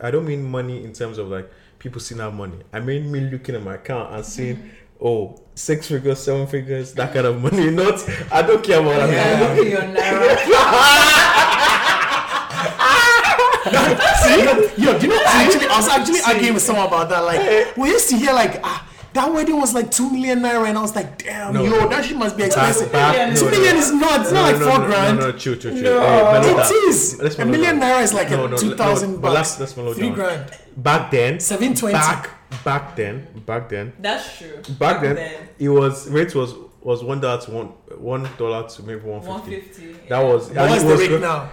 [SPEAKER 2] I don't mean money in terms of like people seeing our money. I mean me looking at my account and seeing
[SPEAKER 3] Mm-hmm.
[SPEAKER 2] oh six figures, seven figures, that kind of money. Not I don't care about that.
[SPEAKER 3] Yeah.
[SPEAKER 4] Look at your Naira.
[SPEAKER 3] See, yo, yo, do you know? I actually, I was actually arguing with someone about that. Like, we used to hear like, ah, that wedding was like two million naira, and I was like, damn,
[SPEAKER 2] No.
[SPEAKER 3] yo, that shit must be expensive.
[SPEAKER 2] Back- back-
[SPEAKER 4] Two
[SPEAKER 2] no, no.
[SPEAKER 3] million is not. It's not like four
[SPEAKER 2] no,
[SPEAKER 3] grand.
[SPEAKER 2] No, no, chill, chill, chill.
[SPEAKER 4] No.
[SPEAKER 2] Hey, mellow
[SPEAKER 3] It
[SPEAKER 2] down.
[SPEAKER 3] is.
[SPEAKER 2] Let's
[SPEAKER 3] A
[SPEAKER 2] mellow
[SPEAKER 3] million
[SPEAKER 2] down.
[SPEAKER 3] naira is like
[SPEAKER 2] No, no,
[SPEAKER 3] two thousand
[SPEAKER 2] no, but
[SPEAKER 3] bucks.
[SPEAKER 2] let's- let's mellow
[SPEAKER 3] Three
[SPEAKER 2] down.
[SPEAKER 3] grand.
[SPEAKER 2] Back then,
[SPEAKER 3] Seven twenty.
[SPEAKER 2] back back then, back then,
[SPEAKER 4] That's true.
[SPEAKER 2] back then, it was rate was was one dollar to one one dollar to maybe one
[SPEAKER 4] One
[SPEAKER 2] fifty.
[SPEAKER 4] fifty.
[SPEAKER 2] That was and
[SPEAKER 3] What was
[SPEAKER 2] it
[SPEAKER 3] the
[SPEAKER 2] was
[SPEAKER 3] rate
[SPEAKER 2] good-
[SPEAKER 3] now?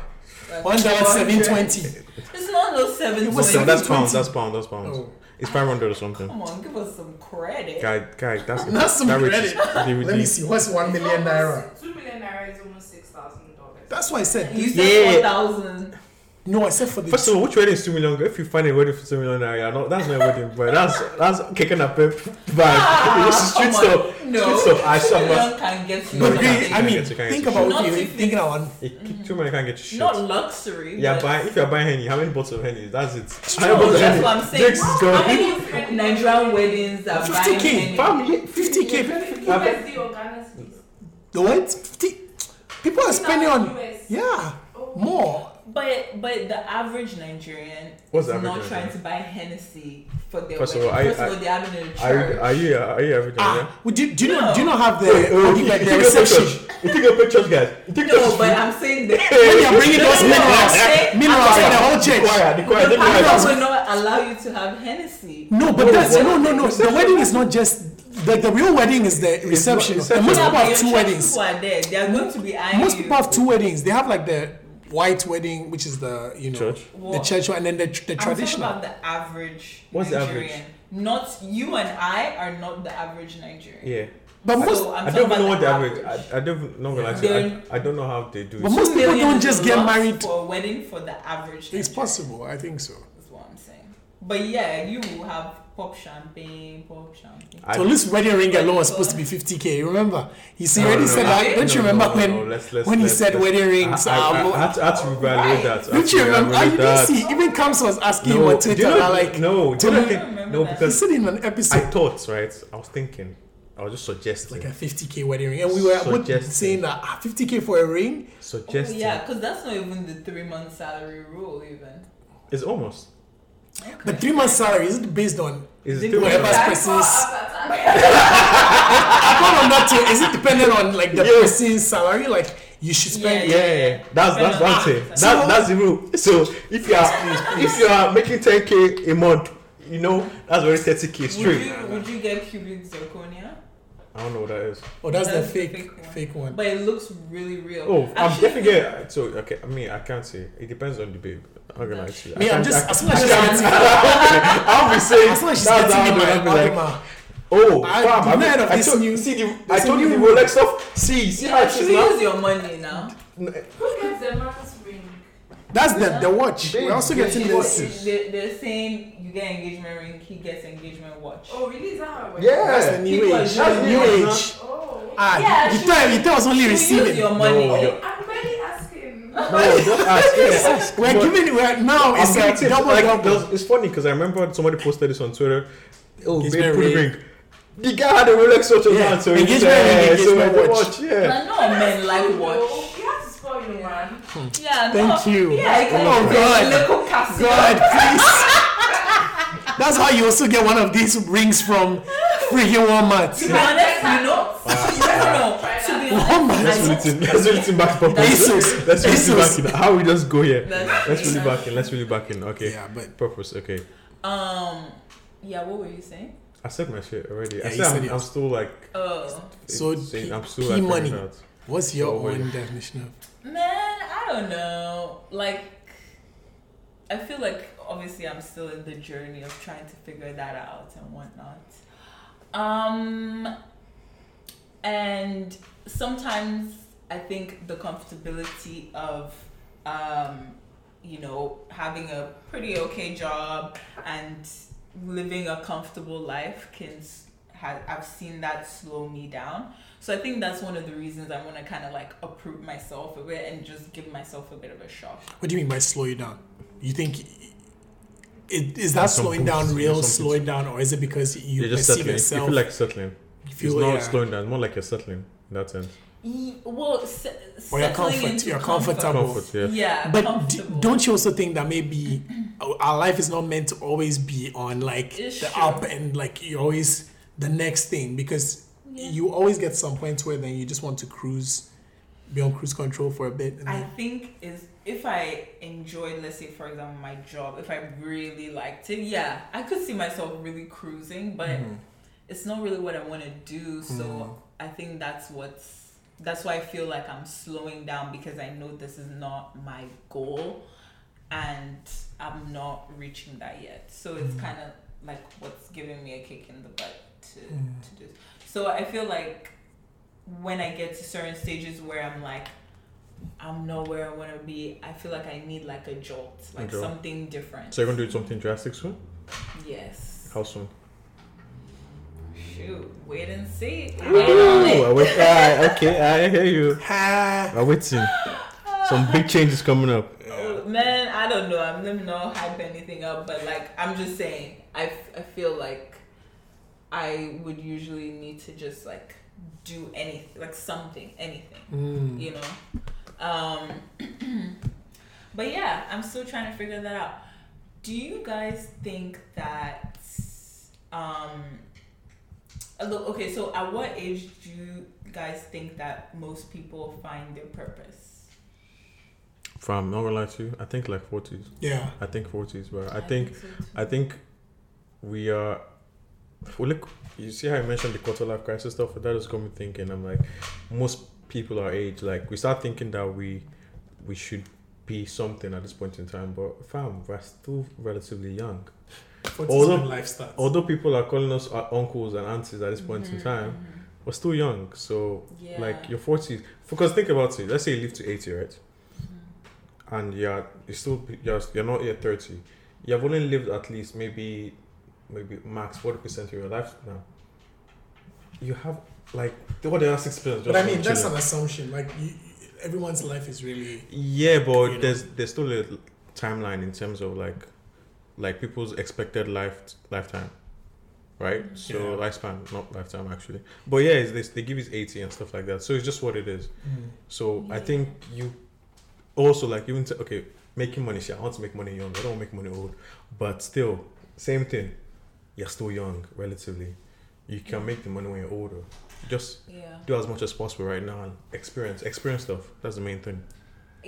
[SPEAKER 3] One dollar seven twenty.
[SPEAKER 4] It's not those seven
[SPEAKER 3] It was
[SPEAKER 2] So
[SPEAKER 4] twenty.
[SPEAKER 3] seven-
[SPEAKER 2] that's
[SPEAKER 3] 720.
[SPEAKER 2] pounds. That's pounds. That's pounds.
[SPEAKER 3] Oh.
[SPEAKER 2] It's five hundred or something.
[SPEAKER 4] Come on, give us some credit.
[SPEAKER 2] Guy, guy, that's
[SPEAKER 3] That's some
[SPEAKER 2] that rate is
[SPEAKER 3] Let me
[SPEAKER 2] DVD.
[SPEAKER 3] see. What's one million naira?
[SPEAKER 5] Almost- Two million naira is almost six thousand dollars.
[SPEAKER 3] That's why I said.
[SPEAKER 4] You
[SPEAKER 2] Yeah.
[SPEAKER 4] said one thousand.
[SPEAKER 3] No, I said for the.
[SPEAKER 2] First of all, which wedding is two million? If you find a wedding for two million, naira, no, that's not a wedding, but that's that's kicking a pep vibe. It's
[SPEAKER 4] Ah,
[SPEAKER 3] Oh
[SPEAKER 4] come
[SPEAKER 2] Ah! street
[SPEAKER 4] on.
[SPEAKER 2] stuff.
[SPEAKER 4] No.
[SPEAKER 2] Street stuff. I saw
[SPEAKER 4] Two
[SPEAKER 2] my-
[SPEAKER 4] million can get you.
[SPEAKER 3] but
[SPEAKER 2] Okay,
[SPEAKER 3] really,
[SPEAKER 4] something.
[SPEAKER 2] okay,
[SPEAKER 3] I mean,
[SPEAKER 2] okay, okay,
[SPEAKER 3] think
[SPEAKER 2] okay.
[SPEAKER 3] about
[SPEAKER 4] Not
[SPEAKER 3] what you're
[SPEAKER 4] if it-
[SPEAKER 3] thinking about.
[SPEAKER 2] It, two million can't get you shit.
[SPEAKER 4] not luxury.
[SPEAKER 2] Yeah,
[SPEAKER 4] but
[SPEAKER 2] buy if you're buying henny, how many bottles of henny? That's it. How
[SPEAKER 4] No,
[SPEAKER 2] many bottles of
[SPEAKER 4] that's
[SPEAKER 2] henny?
[SPEAKER 4] what I'm saying.
[SPEAKER 2] Drinks is
[SPEAKER 4] How
[SPEAKER 2] gone.
[SPEAKER 4] many Nigerian weddings are
[SPEAKER 3] 50K,
[SPEAKER 4] buying?
[SPEAKER 2] Fam,
[SPEAKER 4] many-
[SPEAKER 2] yeah,
[SPEAKER 3] Fifty k.
[SPEAKER 5] US the Ghana's fees.
[SPEAKER 3] The what? 50? People are spending on.
[SPEAKER 5] US.
[SPEAKER 3] Yeah,
[SPEAKER 5] Oh.
[SPEAKER 3] more.
[SPEAKER 4] But but the average Nigerian is
[SPEAKER 2] What's the average
[SPEAKER 4] not trying
[SPEAKER 2] Nigerian?
[SPEAKER 4] to buy Hennessy for their
[SPEAKER 2] First of
[SPEAKER 4] wedding.
[SPEAKER 2] all, I-
[SPEAKER 4] First
[SPEAKER 2] I-
[SPEAKER 4] of all, they're having it in a
[SPEAKER 2] Are you
[SPEAKER 4] church.
[SPEAKER 2] are you are you average?
[SPEAKER 3] Ah, well, do, do you know? Do you
[SPEAKER 4] No.
[SPEAKER 3] not have the,
[SPEAKER 2] Wait,
[SPEAKER 3] how
[SPEAKER 2] oh,
[SPEAKER 3] do you,
[SPEAKER 2] you,
[SPEAKER 3] like, the
[SPEAKER 2] think of
[SPEAKER 3] reception?
[SPEAKER 2] church? You think of church, guys? You think
[SPEAKER 4] no, but I'm saying that
[SPEAKER 3] When you're bringing those
[SPEAKER 4] No, no, no,
[SPEAKER 3] minerals,
[SPEAKER 4] I'm
[SPEAKER 3] minerals for the whole
[SPEAKER 2] The
[SPEAKER 3] church.
[SPEAKER 2] choir, the choir,
[SPEAKER 4] the
[SPEAKER 2] the
[SPEAKER 4] pastor
[SPEAKER 2] choir.
[SPEAKER 4] will not allow you to have Hennessy.
[SPEAKER 3] No,
[SPEAKER 2] No,
[SPEAKER 3] but that's
[SPEAKER 2] what-
[SPEAKER 3] no, no, no. The
[SPEAKER 2] reception.
[SPEAKER 3] wedding is not just the, the real wedding is the reception.
[SPEAKER 2] reception.
[SPEAKER 3] And most
[SPEAKER 2] Yeah,
[SPEAKER 3] people
[SPEAKER 4] but your
[SPEAKER 3] have two
[SPEAKER 4] church
[SPEAKER 3] weddings.
[SPEAKER 4] People are there. They are going to be eyeing
[SPEAKER 3] Most
[SPEAKER 4] you.
[SPEAKER 3] people have two weddings. They have like the white wedding, which is the you know
[SPEAKER 2] Church.
[SPEAKER 3] the
[SPEAKER 4] What?
[SPEAKER 3] church one, and then the, the
[SPEAKER 4] I'm talking
[SPEAKER 3] traditional.
[SPEAKER 4] about the average
[SPEAKER 2] What's the
[SPEAKER 4] Nigerian.
[SPEAKER 2] average?
[SPEAKER 4] Not you and I are not the average Nigerian.
[SPEAKER 2] Yeah,
[SPEAKER 3] But most
[SPEAKER 4] So I'm
[SPEAKER 2] I
[SPEAKER 4] talking
[SPEAKER 2] don't even know
[SPEAKER 4] about
[SPEAKER 2] what
[SPEAKER 4] the
[SPEAKER 2] the average. I, I don't know. Like,
[SPEAKER 4] Then-
[SPEAKER 2] I, I don't know how they do
[SPEAKER 3] But
[SPEAKER 2] it.
[SPEAKER 3] most people
[SPEAKER 4] Million
[SPEAKER 3] don't
[SPEAKER 4] is
[SPEAKER 3] just
[SPEAKER 4] a
[SPEAKER 3] get
[SPEAKER 4] lot
[SPEAKER 3] married.
[SPEAKER 4] for a wedding for the average.
[SPEAKER 3] It's
[SPEAKER 4] Nigerian,
[SPEAKER 3] possible. I think so.
[SPEAKER 4] Is what I'm saying. But yeah, you will have pop champagne, pop champagne.
[SPEAKER 2] I-
[SPEAKER 3] So Luke's wedding ring alone was supposed to be 50k. You remember? He
[SPEAKER 2] No,
[SPEAKER 3] already
[SPEAKER 2] no,
[SPEAKER 3] said
[SPEAKER 2] no,
[SPEAKER 3] that.
[SPEAKER 2] I-
[SPEAKER 3] don't
[SPEAKER 2] no,
[SPEAKER 3] you remember
[SPEAKER 2] no,
[SPEAKER 3] when
[SPEAKER 2] no, let's- let's-
[SPEAKER 3] when he
[SPEAKER 2] let's-
[SPEAKER 3] said
[SPEAKER 2] let's-
[SPEAKER 3] wedding
[SPEAKER 2] I,
[SPEAKER 3] rings?
[SPEAKER 2] I, I,
[SPEAKER 3] are-
[SPEAKER 2] I, had to- had to revalidate that. I had
[SPEAKER 3] don't
[SPEAKER 2] to
[SPEAKER 3] you remember? Ah,
[SPEAKER 2] revalidate
[SPEAKER 3] you didn't
[SPEAKER 2] that.
[SPEAKER 3] see. Even Camps was asking him on
[SPEAKER 2] do you
[SPEAKER 3] Twitter.
[SPEAKER 2] know-
[SPEAKER 3] ah, like,
[SPEAKER 2] no, do
[SPEAKER 3] tell
[SPEAKER 2] you know
[SPEAKER 3] me-
[SPEAKER 2] I think-
[SPEAKER 4] remember
[SPEAKER 2] no,
[SPEAKER 4] that.
[SPEAKER 3] he
[SPEAKER 2] because
[SPEAKER 3] said in an
[SPEAKER 2] I
[SPEAKER 3] episode
[SPEAKER 2] thought, right? I was thinking, I was just suggesting,
[SPEAKER 3] like a 50k wedding ring, and we were what,
[SPEAKER 2] Suggesting.
[SPEAKER 3] saying that ah, 50k for a ring.
[SPEAKER 4] Oh,
[SPEAKER 2] suggesting.
[SPEAKER 4] yeah, because that's not even the three month salary rule, even.
[SPEAKER 2] It's almost.
[SPEAKER 3] The three month salary is it based on?
[SPEAKER 2] It's
[SPEAKER 4] Did
[SPEAKER 2] still
[SPEAKER 4] we
[SPEAKER 3] Whatever
[SPEAKER 4] That's
[SPEAKER 5] That's
[SPEAKER 3] person's.
[SPEAKER 5] all after tax.
[SPEAKER 3] Apart from that, too, is it dependent on like the
[SPEAKER 2] Yeah.
[SPEAKER 3] person's salary? Like you should spend.
[SPEAKER 2] yeah, yeah, yeah. That's that's one
[SPEAKER 4] Ah,
[SPEAKER 2] thing.
[SPEAKER 3] so-
[SPEAKER 2] That, that's the rule. So if you are if you are making ten k a month, you know that's already thirty k
[SPEAKER 4] Would
[SPEAKER 2] straight.
[SPEAKER 4] you, would you get cubic zirconia?
[SPEAKER 2] I don't know what that is.
[SPEAKER 3] Oh, that's,
[SPEAKER 4] That's
[SPEAKER 3] the
[SPEAKER 4] the
[SPEAKER 3] fake,
[SPEAKER 4] fake one.
[SPEAKER 3] fake one.
[SPEAKER 4] But it looks really real.
[SPEAKER 2] Oh, I'm
[SPEAKER 4] Actually,
[SPEAKER 2] definitely getting. So okay, I mean I can't say. It depends on the babe. I'm gonna lie to you. I
[SPEAKER 3] Me, I'm
[SPEAKER 2] can't-
[SPEAKER 3] just
[SPEAKER 2] I-
[SPEAKER 3] as soon as she's
[SPEAKER 2] can't-
[SPEAKER 3] getting,
[SPEAKER 2] I'll be saying
[SPEAKER 3] as soon as she's
[SPEAKER 2] that's how
[SPEAKER 3] getting in
[SPEAKER 2] they-
[SPEAKER 3] my
[SPEAKER 2] I'll be like,
[SPEAKER 3] algorithm,
[SPEAKER 2] Oh, fam,
[SPEAKER 3] I- the
[SPEAKER 2] I, mean,
[SPEAKER 3] night of
[SPEAKER 2] I
[SPEAKER 3] this
[SPEAKER 2] told
[SPEAKER 3] new-
[SPEAKER 2] you. See the I
[SPEAKER 3] this
[SPEAKER 2] told you the
[SPEAKER 3] new-
[SPEAKER 2] Rolex stuff. See, see
[SPEAKER 4] You
[SPEAKER 2] how it is
[SPEAKER 4] actually
[SPEAKER 2] now.
[SPEAKER 4] use your money now.
[SPEAKER 5] Who gets the man's ring?
[SPEAKER 3] That's the, the watch. We're also
[SPEAKER 2] Babe,
[SPEAKER 3] getting
[SPEAKER 2] babe.
[SPEAKER 3] this.
[SPEAKER 4] They- they- They're saying you get engagement ring, he gets engagement watch.
[SPEAKER 5] Oh, really? Is that how it works?
[SPEAKER 3] That's the
[SPEAKER 2] Yeah.
[SPEAKER 3] new
[SPEAKER 4] People are
[SPEAKER 3] age.
[SPEAKER 4] just-
[SPEAKER 3] new
[SPEAKER 2] That's-
[SPEAKER 3] age.
[SPEAKER 5] Oh.
[SPEAKER 3] Ah,
[SPEAKER 4] Yeah,
[SPEAKER 3] you
[SPEAKER 4] she-
[SPEAKER 3] tell you tell us only
[SPEAKER 4] You use
[SPEAKER 3] receiving.
[SPEAKER 4] your money.
[SPEAKER 2] No, you're-
[SPEAKER 5] I'm barely asking.
[SPEAKER 2] No, just ask. yeah.
[SPEAKER 3] We're
[SPEAKER 2] But-
[SPEAKER 3] giving we're now
[SPEAKER 2] I'm
[SPEAKER 3] it's like
[SPEAKER 2] getting tips.
[SPEAKER 3] double
[SPEAKER 2] Like,
[SPEAKER 3] double.
[SPEAKER 2] there's- It's funny because I remember somebody posted this on Twitter. Oh,
[SPEAKER 3] He's
[SPEAKER 2] babe,
[SPEAKER 3] been
[SPEAKER 2] put a
[SPEAKER 3] raped.
[SPEAKER 2] ring. The guy had a Rolex watch on
[SPEAKER 3] Yeah.
[SPEAKER 2] hand, so he
[SPEAKER 3] Engagement
[SPEAKER 2] said,
[SPEAKER 3] ring,
[SPEAKER 2] so
[SPEAKER 3] engagement
[SPEAKER 2] he
[SPEAKER 3] watch.
[SPEAKER 2] watch, Yeah.
[SPEAKER 4] But no men like watch.
[SPEAKER 5] You have to spoil your man.
[SPEAKER 4] Yeah,
[SPEAKER 3] Thank
[SPEAKER 4] no,
[SPEAKER 3] you.
[SPEAKER 4] Yeah, it can
[SPEAKER 3] Oh,
[SPEAKER 4] be
[SPEAKER 3] God.
[SPEAKER 4] Little Casio.
[SPEAKER 3] God, please. That's how you also get one of these rings from freaking
[SPEAKER 4] To be
[SPEAKER 3] Walmart.
[SPEAKER 4] honest, you know, no, no, to be
[SPEAKER 3] Walmart.
[SPEAKER 4] honest,
[SPEAKER 2] Let's
[SPEAKER 4] I
[SPEAKER 2] really, let's really think back, Papa.
[SPEAKER 3] Asus.
[SPEAKER 2] Let's really
[SPEAKER 3] Asus.
[SPEAKER 2] back in. How we just go here?
[SPEAKER 4] That's-
[SPEAKER 2] Let's really back in. Let's really back in. Okay.
[SPEAKER 3] Yeah, but
[SPEAKER 2] Purpose. Okay.
[SPEAKER 4] don't- um, yeah, what were you saying?
[SPEAKER 2] I said my shit already. I
[SPEAKER 3] Yeah, you
[SPEAKER 2] said
[SPEAKER 3] said
[SPEAKER 2] I'm,
[SPEAKER 3] it.
[SPEAKER 2] I'm still like.
[SPEAKER 4] Oh
[SPEAKER 3] So
[SPEAKER 2] saying-
[SPEAKER 3] P-
[SPEAKER 2] I'm still
[SPEAKER 3] P
[SPEAKER 2] like
[SPEAKER 3] money.
[SPEAKER 2] figuring out.
[SPEAKER 3] what's your
[SPEAKER 2] Oh, wait.
[SPEAKER 3] own definition of
[SPEAKER 4] man, I don't know. Like, I feel like obviously I'm still in the journey of trying to figure that out and whatnot. Um, and sometimes I think the comfortability of, um, you know, having a pretty okay job and living a comfortable life can. s- ha- I've seen that slow me down. So I think that's one of the reasons I want to kind of like uproot myself a bit and just give myself a bit of a shock.
[SPEAKER 3] What do you mean by slow you down? You think it, is that
[SPEAKER 2] That's some
[SPEAKER 3] slowing down
[SPEAKER 2] boost,
[SPEAKER 3] real
[SPEAKER 2] some boost.
[SPEAKER 3] slowing down, or is it because you
[SPEAKER 2] You're just
[SPEAKER 3] perceive
[SPEAKER 2] settling. You
[SPEAKER 3] yourself?
[SPEAKER 2] feel like settling.
[SPEAKER 3] you
[SPEAKER 2] it's not
[SPEAKER 3] yeah.
[SPEAKER 2] slowing down. It's more like you're settling in that sense.
[SPEAKER 4] Ye- Well, se-
[SPEAKER 3] Or you're
[SPEAKER 4] settling
[SPEAKER 3] comfort-
[SPEAKER 4] into
[SPEAKER 3] you're
[SPEAKER 4] comfort.
[SPEAKER 3] comfortable.
[SPEAKER 2] Comfort, yeah.
[SPEAKER 4] Yeah,
[SPEAKER 3] But d-
[SPEAKER 4] comfortable.
[SPEAKER 3] don't you also think that maybe our- our life is not meant to always be on like
[SPEAKER 4] It's
[SPEAKER 3] the
[SPEAKER 4] true.
[SPEAKER 3] up and like you're always the next thing because
[SPEAKER 4] Yeah.
[SPEAKER 3] you always get to some points where then you just want to cruise, be on cruise control for a bit. And
[SPEAKER 4] I
[SPEAKER 3] then,
[SPEAKER 4] think is if I enjoyed, let's say for example, my job. If I really liked it, yeah, I could see myself really cruising, but
[SPEAKER 3] Mm-hmm.
[SPEAKER 4] it's not really what I want to do. So I think that's what's that's why I feel like I'm slowing down because I know this is not my goal, and I'm not reaching that yet. So
[SPEAKER 2] Mm.
[SPEAKER 4] it's kind of like what's giving me a kick in the butt to
[SPEAKER 2] Mm.
[SPEAKER 4] to do. So I feel like when I get to certain stages where I'm like, I'm not where I want to be. I feel like I need like a jolt, like
[SPEAKER 2] jolt.
[SPEAKER 4] something different.
[SPEAKER 2] So you're gonna do something drastic soon?
[SPEAKER 4] yes.
[SPEAKER 2] How soon? Oh.
[SPEAKER 4] Shoot, wait and see.
[SPEAKER 2] Ooh,
[SPEAKER 4] Wait on it.
[SPEAKER 2] Oh, I wait, aye, okay, I hear you.
[SPEAKER 3] Ah,
[SPEAKER 2] I'm waiting. Some big changes coming up.
[SPEAKER 4] Oh, man, I don't know. I'm let me not hype anything up, but like I'm just saying, I, f- I feel like I would usually need to just like do anything, like something, anything,
[SPEAKER 3] mm.
[SPEAKER 4] you know. Um, but yeah, I'm still trying to figure that out. Do you guys think that um, uh, look, okay, so at what age do you guys think that most people find their purpose?
[SPEAKER 2] Fam, not gonna lie to you. I think like forties.
[SPEAKER 3] yeah.
[SPEAKER 2] I think forties, but I think
[SPEAKER 4] so too.
[SPEAKER 2] I think we are. Well, look, you see how I mentioned the quarter life crisis stuff. That has got me thinking. I'm like, most people our age, like we start thinking that we we should be something at this point in time. But fam, we're still relatively young.
[SPEAKER 3] What is
[SPEAKER 2] Although-
[SPEAKER 3] when life starts?
[SPEAKER 2] Although people are calling us our uncles and aunties at this point
[SPEAKER 4] Mm-hmm.
[SPEAKER 2] in time, we're still young. So
[SPEAKER 4] Yeah.
[SPEAKER 2] like you're 40 because think about it let's say you live to 80 right and you're you still you're, you're not yet 30 you've only lived at least maybe maybe max 40% of your life now you have like what the other six percent
[SPEAKER 3] but I mean, that's an
[SPEAKER 2] chilling.
[SPEAKER 3] assumption. Like you, everyone's life is really
[SPEAKER 2] yeah but
[SPEAKER 3] you know.
[SPEAKER 2] there's there's still a timeline in terms of like like people's expected life lifetime right so
[SPEAKER 3] Yeah.
[SPEAKER 2] lifespan not lifetime actually but yeah it's this, they give is 80 and stuff like that so it's just what it is
[SPEAKER 4] Mm.
[SPEAKER 2] so I
[SPEAKER 4] Yeah.
[SPEAKER 2] think you also like even to, okay making money. Shit, I want to make money young. I don't want to make money old. But still, same thing. You're still young relatively. You can make the money when you're older. Just
[SPEAKER 4] Yeah.
[SPEAKER 2] do as much as possible right now and experience experience stuff. That's the main thing.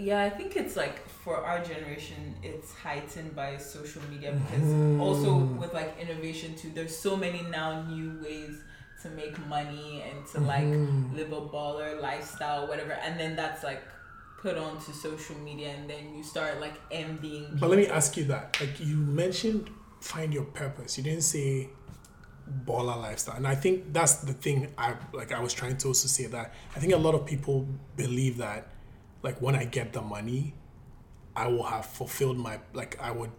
[SPEAKER 4] Yeah, I think it's like for our generation, it's heightened by social media because also with like innovation too, there's so many now new ways to make money and to like
[SPEAKER 3] Mm. Mm-hmm.
[SPEAKER 4] live a baller lifestyle, whatever. And then that's like put onto social media, and then you start like envying.
[SPEAKER 3] But let me ask you that. Like you mentioned, find your purpose. You didn't say baller lifestyle, and I think that's the thing. I like. I was trying to also say that I think a lot of people believe that, like, when I get the money, I will have fulfilled my like. I would